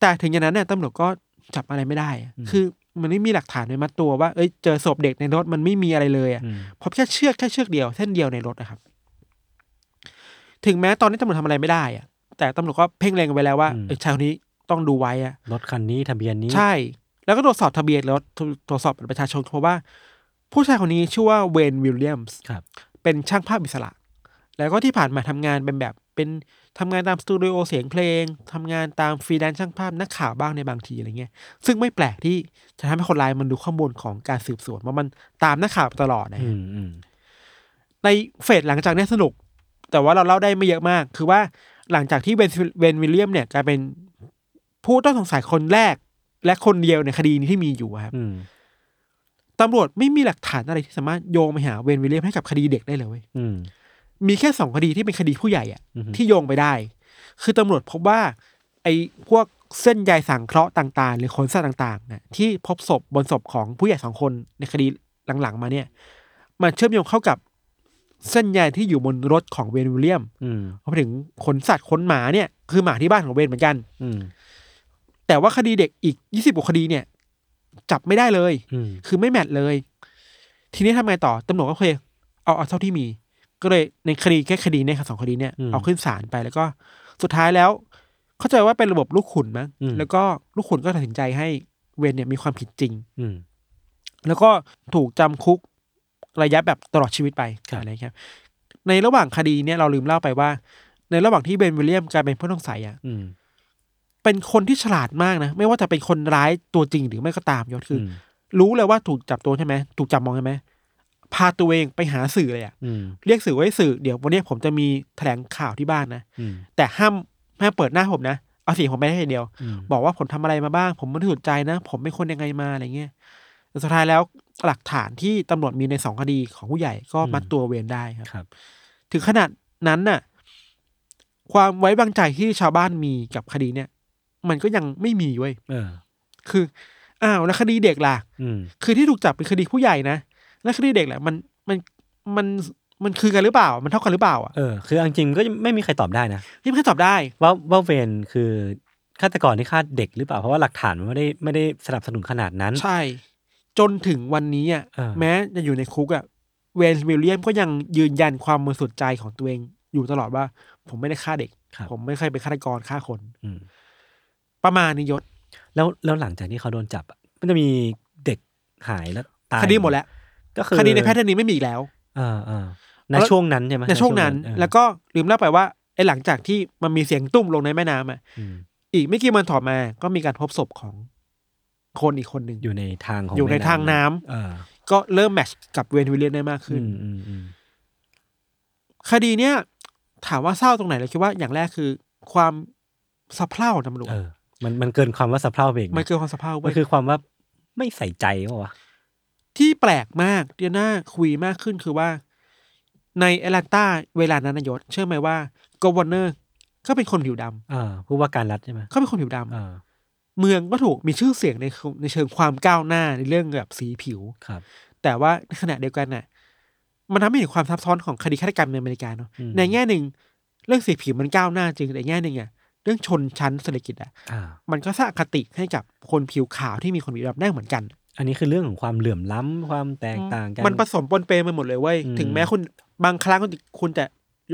C: แต่ถึงอย่างนั้นเนี่ยตำรวจก็จับอะไรไม่ได้อะ
B: อืม
C: คือมันไม่มีหลักฐานในมัดตัวว่า เอ้ยเจอศพเด็กในรถมันไม่มีอะไรเลยอะ
B: อืม
C: เพราะแค่เชือกแค่เชือกเดียวเส้นเดียวในรถนะครับ ถึงแม้ตอนนี้ตำรวจทำอะไรไม่ได้อะแต่ตำรวจก็เพ่งเล็งไว้แล้วว่าเอ้ยชายคนนี้ต้องดูไว้อะ
B: รถคันนี้ทะเบียนนี้
C: ใช่ แล้วก็ตรวจสอบทะเบียนรถตรวตรวจสอบบัตรประชาชนเพราะว่า ผู้ชายคนนี้ชื่อว่าเวนวิลเลียมส์
B: ครับ
C: เป็นช่างภาพอิสระ แล้วก็ที่ผ่านมาทำงานเป็นแบบ เป็นทำงานตามสตูดิโอเสียงเพลงทำงานตามฟรีแลนซ์ช่างภาพนักข่าวบ้างในบางทีอะไรเงี้ย ซึ่งไม่แปลกที่จะทำให้คนร้ายมันดูข้อมูลของการสืบสวนว่ามันตามนักข่าวไปตลอดนะฮะ
B: อืมอืม
C: ในเฟสหลังจากเนี้ยสนุก แต่ว่าเราเล่าได้ไม่เยอะมาก คือว่าหลังจากที่เวนเวนวิลเลียมเนี่ยกลายเป็นผู้ต้องสงสัยคนแรก และคนเดียวในคดีนี้ที่มีอยู่อะครับ
B: อืม
C: ตำรวจไม่มีหลักฐานอะไรที่สามารถโยงไปหาเวนวิลเลียมให้กับคดีเด็กได้เลยเว้ย
B: อืม
C: มีแค่สองคดีที่เป็นคดีผู้ใหญ่อะ
B: อือฮึ
C: ที่โยงไปได้ คือตำรวจพบว่า ไอ้พวกเส้นใยสังเคราะห์ต่างๆ หรือขนสัตว์ต่างๆนะที่พบศพบนศพของผู้ใหญ่สองคนในคดีหลังๆ มาเนี่ย มันเชื่อมโยงเข้ากับเส้นใยที่อยู่บนรถของเวนวิลเลียม
B: อืม
C: รวมถึงขนสัตว์ขนหมาเนี่ยคือหมาที่บ้านของเวนเหมือนกัน
B: อืม
C: แต่ว่าคดีเด็กอีกยี่สิบกว่าคดีเนี่ย จับไม่ได้เลย
B: อืม
C: คือไม่แมทเลย ทีนี้ทำไงต่อตำรวจก็โอเคเอาเอาเท่าที่มี ก็เลยในคดีแค่คดีเนี่ยครับสองคดีเนี่ยเอาขึ้นศาลไปแล้วก็สุดท้ายแล้ว เข้าใจว่าเป็นระบบลูกขุนมั้งแล้วก็ลูกขุนก็ตัดสินใจให้เวนเนี่ยมีความผิดจริง
B: อืม
C: แล้วก็ถูกจำคุกระยะแบบตลอดชีวิตไป
B: ครับ
C: อะไรครับ ในระหว่างคดีเนี่ยเราลืมเล่าไปว่า ในระหว่างที่เบนวิลเลียมกลายเป็นผู้ต้องสัยอ่ะ
B: อืม
C: เป็นคนที่ฉลาดมากนะ ไม่ว่าจะเป็นคนร้ายตัวจริงหรือไม่ก็ตามยศคือ
B: อื
C: อ
B: ม
C: รู้เลยว่าถูกจับตัวใช่ไหมถูกจับมองใช่ไหมพาตัวเองไปหาสื่อเลยอ่ะ
B: อืม
C: เรียกสื่อไว้สื่อเดี๋ยววันนี้ผมจะมีแถลงข่าวที่บ้านนะ
B: อืม
C: แต่ห้ามห้ามเปิดหน้าผมนะเอาเสียงผมไปได้อย่างเดียว
B: อืม
C: บอกว่าผมทำอะไรมาบ้าง ผมไม่ได้สนใจนะ ผมเป็นคนยังไงมาอะไรเงี้ยแต่สุดท้ายแล้วหลักฐานที่ตำรวจมีในสองคดีของผู้ใหญ่ก็มัดตัวเวรได้ครับ
B: ครับ
C: ถึงขนาดนั้นน่ะ ความไว้วางใจที่ชาวบ้านมีกับคดีเนี่ย มันก็ยังไม่มีเว้ย
B: เออ
C: คืออ้าวแล้วคดีเด็กล่ะ
B: อืม
C: คือที่ถูกจับเป็นคดีผู้ใหญ่นะแล้วคดีเด็กแหละมันมันมันมันคือกันหรือเปล่า มันเท่ากันหรือเปล่าอ่ะ
B: เออ คือเอาจริงๆก็ไม่มีใครตอบได้นะ
C: นี่ไม่ตอบได้
B: ว่าว่าเวนคือฆาตกรที่ฆ่าเด็กหรือเปล่า เพราะว่าหลักฐานมันไม่ได้ไม่ได้สนับสนุนขนาดนั้น
C: ใช่ จนถึงวันนี้อ่ะ
B: อ่า
C: แม้จะอยู่ในคุกอ่ะเวนวิลเลียมก็ยังยืนยันความบริสุทธิ์ใจของตัวเองอยู่ตลอดว่า ผมไม่ได้ฆ่าเด็ก
B: ครับ
C: ผมไม่เคยเป็นฆาตกรฆ่าคน
B: อืม
C: ประมาณนี้ยศ
B: แล้วแล้วหลังจากที่เขาโดนจับอะมันจะมีเด็กหายแล้วตาย
C: คดีหมดแล้ว
B: ก็คือ
C: คดีในแพทย์นี้ไม่มีอีกแล้ว
B: เอ่าอ่าใน
C: แล้ว
B: ช่วงนั้นใช่ไหม
C: ในช่วงนั้น
B: เออ
C: แล้วก็ลืมเล่าไปว่าไอ้หลังจากที่มันมีเสียงตุ้มลงในแม่น้ำอ่ะ
B: อืม
C: อีกไม่กี่วันต่อมาก็มีการพบศพของคนอีกคนหนึ่ง
B: อยู่ในทางของ
C: อยู่ในทางน้ำ
B: เออ
C: ก็เริ่มแมทชกับเวนวิลเลียมได้มาก
B: อื
C: ขึ้น
B: มอืมอืม
C: คดีเนี้ยถามว่าเศร้าตรงไหนเราคิดว่าอย่างแรกคือ ความสะเพร่าของตำรวจ
B: เออ มันมันเกินความว่าสะเพร่าไปอีกนะ
C: มันคือความสะเพร่าเว้
B: มั
C: ย
B: นคือความว่าไม่ใส่ใจปะวะ
C: ที่แปลกมากเดียน่าคุยมากขึ้นคือว่า ในแอตแลนตาเวลานั้นนายศเชื่อไหมว่า กวเนอร์ก็เป็นคนผิวดำ
B: เออผู้ว่าการรัฐใช่ไหม
C: เขาเป็นคนผิวดำ
B: เออ
C: เมืองก็ถูกมีชื่อเสียงในในเชิงความก้าวหน้าในเรื่องแบบสีผิว
B: ครับ
C: แต่ว่าในขณะเดียวกันน่ะ มันทำให้เห็นความซับซ้อนของคดีฆาตกรรมในอเมริกาเนาะ
B: อืม
C: ในแง่หนึ่ง เรื่องสีผิวมันก้าวหน้าจริงแต่อีกแง่หนึ่งอ่ะเรื่องชนชั้นเศรษฐกิจอ่ะ
B: อ่า
C: มันก็สร้างอคติให้กับคนผิวขาวที่มีคนผิวดำได้เหมือนกัน
B: อันนี้คือเรื่องของความเหลื่อมล้ำความแตกต่างกัน
C: มันผสมปนเปไปหมดเลยเว้ย
B: อืม
C: ถึงแม้คุณบางครั้งคุณคุณจะ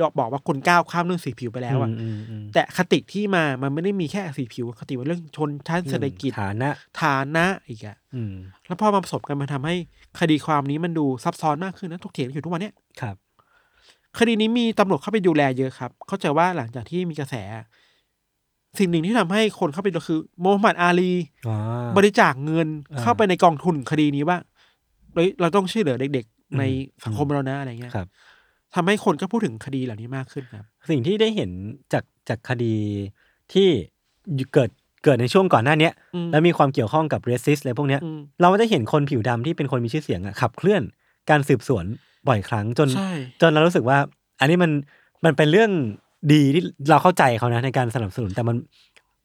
C: ยอมบอกว่าคุณก้าวข้ามเรื่องสีผิวไปแล้วอะ
B: อืมอืมอืม
C: แต่คติที่มา มันไม่ได้มีแค่สีผิวคติว่าเรื่องชนชั้นเศรษฐกิจ
B: ฐานะ
C: ฐานะอีกอะ
B: อืม
C: แล้วพอมาผสมกันมันทำให้คดีความนี้มันดูซับซ้อนมากขึ้นนะทุกเถียงกันอยู่ทุกวันเนี้ย
B: ครับ
C: คดีนี้มีตำรวจเข้าไปดูแลเยอะครับ เข้าใจว่าหลังจากที่มีกระแส สิ่งหนึ่งที่ทำให้คนเข้าไปดูคือโมฮัมหมัดอาลี
B: อ๋อ
C: บริจาคเงิน
B: อ่า
C: เข้าไปในกองทุนคดีนี้ว่าเฮ้ยเราต้องช่วยเหลือเด็ก
B: อืม
C: ๆ ในสังคมเรานะอะไรเงี้ย
B: ครับ
C: ทำให้คนก็พูดถึงคดีเหล่านี้มากขึ้นครับ
B: สิ่งที่ได้เห็นจากจากคดีที่เกิดเกิดในช่วงก่อนหน้าเนี้ย
C: อืม
B: แล้วมีความเกี่ยวข้องกับเรสซิสอะไรพวกเนี้ย
C: อืม
B: เราจะเห็นคนผิวดำที่เป็นคนมีชื่อเสียงอะขับเคลื่อนการสืบสวนบ่อยครั้งจน
C: ใช่
B: จนเรารู้สึกว่า อันนี้มันมันเป็นเรื่องดีที่เราเข้าใจเขานะในการสนับสนุนแต่มัน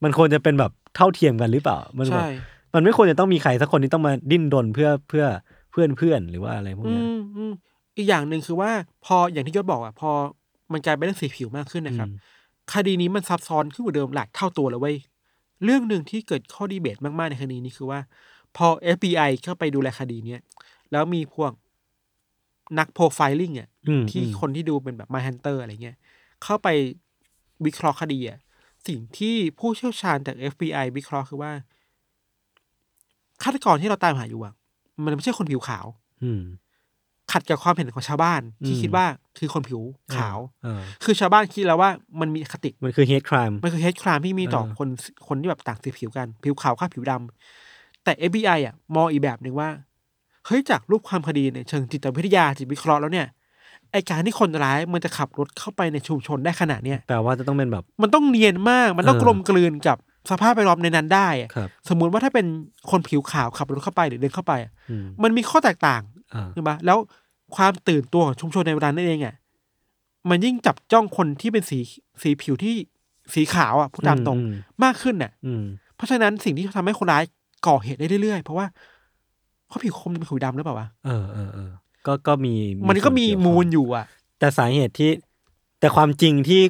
B: มันควรจะเป็นแบบเท่าเทียมกันหรือเปล่ามันแบบ
C: ใช่
B: มันไม่ควรจะต้องมีใครสักคนที่ต้องมาดิ้นรนเพื่อเพื่อเพื่อนเพื่อนหรือว่าอะไรพวก
C: อื
B: เนี้ย
C: มอืมอีกอย่างหนึ่งคือว่าพออย่างที่ยศบอกอ่ะพอมันกลายเป็นเรื่องสีผิวมากขึ้นนะครับ
B: อืม
C: คดีนี้มันซับซ้อนขึ้นกว่าเดิมหลายเท่าตัวเลยเว้ยเรื่องหนึ่งที่เกิดข้อดีเบตมากๆในคดีนี้คือว่า พอ FBI เข้าไปดูแลคดีเนี้ยแล้วมีพวกนักโปรไฟลิงอ่ะ
B: อืม
C: ที่
B: อืม
C: คนที่ดูเป็นแบบ My Hunter อะไรเงี้ย เข้าไปวิเคราะห์คดีอะสิ่งที่ผู้เชี่ยวชาญจาก FBI วิเคราะห์คือว่าฆาตกรที่เราตามหาอยู่อะมันไม่ใช่คนผิวขาว
B: อืม
C: ขัดกับความเห็นของชาวบ้าน ที่
B: อืม
C: คิดว่าคือคนผิวขาว
B: เออ
C: คือชาวบ้านคิดแล้วว่ามันมีอคติ
B: มันคือ hate crime
C: มันคือเฮ c ครามที่มีต่อ
B: เออ
C: คนคนที่แบบต่างสีผิวกัน ผิวขาวข้าผิวดำแต่ FBI อ่ะมองอีกแบบหนึ่งว่า เฮ้ยจากรูปความคดีในเชิงจิตวิทยาจิตวิเคราะห์แล้วเนี่ยไอการที่คนร้ายมันจะขับรถเข้าไปในชุมชนได้ขนาดเนี้ย
B: แปลว่าจะต้องเป็นแบบ
C: มันต้องเนียนมาก มันต้อง
B: เออ
C: กลมกลืนกับสภาพแวดล้อมในนั้นได้อะ
B: ครับ
C: สมมุติว่าถ้าเป็นคนผิวขาวขับรถเข้าไปหรือเดินเข้าไปอะ
B: อืม
C: มันมีข้อแตกต่าง
B: อ่า
C: ใช่ไหมแล้วความตื่นตัวของชุมชนในเวลานั้นเองอ่ะมันยิ่งจับจ้องคนที่เป็นสีสีผิวที่สีขาวอ่ะพูดตามตรง
B: อื
C: มากขึ้นน่ะ
B: อืม
C: เพราะฉะนั้นสิ่งที่ทำให้คนร้ายก่อเหตุได้เรื่อยๆ เพราะว่าเขาผิวคมเป็นผิวดำหรือเปล่าวะ
B: เออเออเออก็ก็มี
C: มันก็มี
B: ส่วนเยวข้อง
C: มูลอยู่อ่ะ
B: แต่สาเหตุที่ แต่ความจริงที่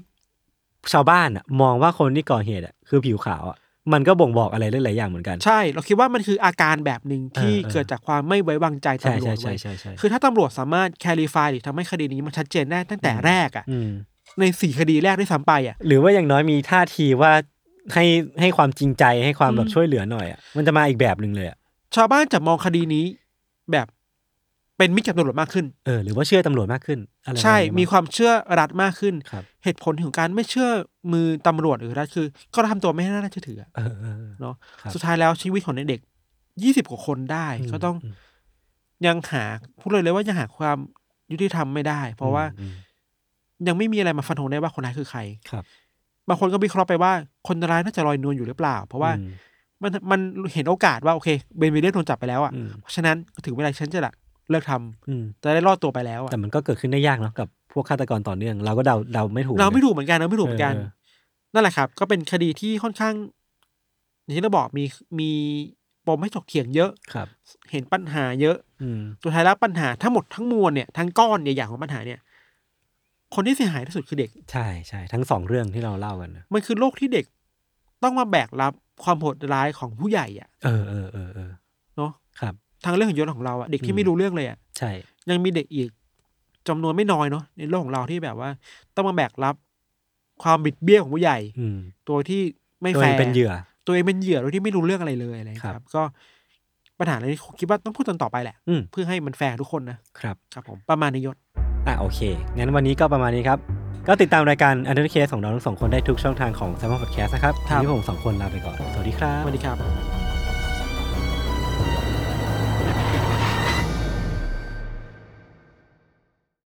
B: ชาวบ้านอะมองว่าคนที่ก่อเหตุอะคือผิวขาวอะมันก็บ่งบอกอะไรหลายๆอย่างเหมือนกัน
C: ใช่ เราคิดว่ามันคืออาการแบบหนึ่งที่
B: เออเออ
C: เกิดจากความไม่ไว้วางใจ
B: ใช่
C: ตำรว
B: ใช่
C: จ
B: ใช่
C: ไว้ย
B: ใช่ใช่
C: คือถ้าตำรวจสามารถแคลิฟายหรือทำให้คดีนี้มันชัดเจนได้ตั้งแต่แรกอ่ะ
B: ม
C: ในสี่คดีแรกด้วยซ้ำไปอ่ะ
B: หรือว่าอย่างน้อยมีท่าทีว่าให้ให้ความจริงใจให้ความแบบ
C: อืม
B: ช่วยเหลือหน่อยอะมันจะมาอีกแบบหนึ่งเลยอะ
C: ชาวบ้านจะมองคดีนี้แบบเป็นมิตรกับตำรวจมากขึ้น
B: เออหรือว่าเชื่อตำรวจมากขึ้นอะไร
C: ใช่
B: ประาณนี้
C: มีความเชื่อรัฐมากขึ้น
B: ครับ
C: เหตุผลของการไม่เชื่อมือตำรวจหรือรัฐคือ ก็ทำตัวไม่น่าเชื่อถืออะ
B: เออเออเออ
C: เนาะ
B: ครับ
C: สุดท้ายแล้วชีวิตของเด็กยี่สิบกว่าคนได้
B: อืม
C: ก็ต้อง
B: อืม
C: ยังหาพูดเลยเลยว่ายังหาความยุติธรรมไม่ได้ เพราะว่า
B: อืม
C: ยังไม่มีอะไรมาฟันธงได้ว่าคนร้ายคือใคร
B: ครับ
C: บางคนก็วิเคราะห์ไปว่าคนร้ายน่าจะลอยนวลอยู่หรือเปล่า เพราะว่า
B: อืม
C: มันมันเห็นโอกาสว่าโอเคเบนเวเดนโดนจับไปแล้วอ่ะ
B: อืม
C: เพราะฉะนั้นถึงเวลาฉันจะละเลิกทำ
B: อืม
C: จะได้รอดตัวไปแล้วอะ
B: แต่มันก็เกิดขึ้นได้ยากเนาะกับพวกฆาตกรต่อเนื่อง เราก็เดาเดาไม่ถูก
C: เราไม่
B: นะ
C: ถูกเหมือนกันเราไม่ถูกเหมือนกัน
B: เออเอ
C: นั่นแหละครับ ก็เป็นคดีที่ค่อนข้างอย่างที่เราบอกมีมีปมให้ถกเถียงเยอะ
B: ครับ
C: เห็นปัญหาเยอะ
B: อืม
C: สุดท้ายแล้วปัญหาทั้งหมดทั้งมวลเนี่ยทั้งก้อนใหญ่ๆของปัญหาเนี่ย คนที่เสียหายที่สุดคือเด็ก
B: ใช่ใช่ทั้งสองเรื่องที่เราเล่ากันนะ
C: มันคือโลกที่เด็ก ต้องมาแบกรับความโหดร้ายของผู้ใหญ่อะ
B: เออเออเออเออ
C: เนาะ
B: ครับ
C: ทางเรื่องของยศของเราอะเด็กที่ไม่รู้เรื่องเลยอะ
B: ใช่
C: ยังมีเด็กอีกจำนวนไม่น้อยเนาะในโลกของเราที่แบบว่า ต้องมาแบกรับ ความบิดเบี้ยวของผู้ใหญ่
B: อืม
C: ตัวที่ไม่
B: ตัว
C: แฟ
B: เอง
C: ร์
B: เป็นเหยื่อ
C: ตัวเองเป็นเหยื่อโดยที่ไม่รู้เรื่องอะไรเลยอะไรอย่างเงี้ยครับ ก็ปัญหาเรื่องนี้คิดว่าต้องพูดกันต่อไปแหละ
B: อืม
C: เพื่อให้มันแฟร์ทุกคนนะครับ ครับผมประมาณนี้ยศ
B: อ่ะโอเค งั้นวันนี้ก็ประมาณนี้ครับ ก็ติดตามรายการ u n d e r c a s e ของเราทั้งสองคนได้ทุกช่องทางของ s ซมมอนพอดแคสต์นะครับ
C: ครับ
B: วันนี้ผมสองคนลาไปก่อน สวัสดีครับ
C: สวัสดีครับ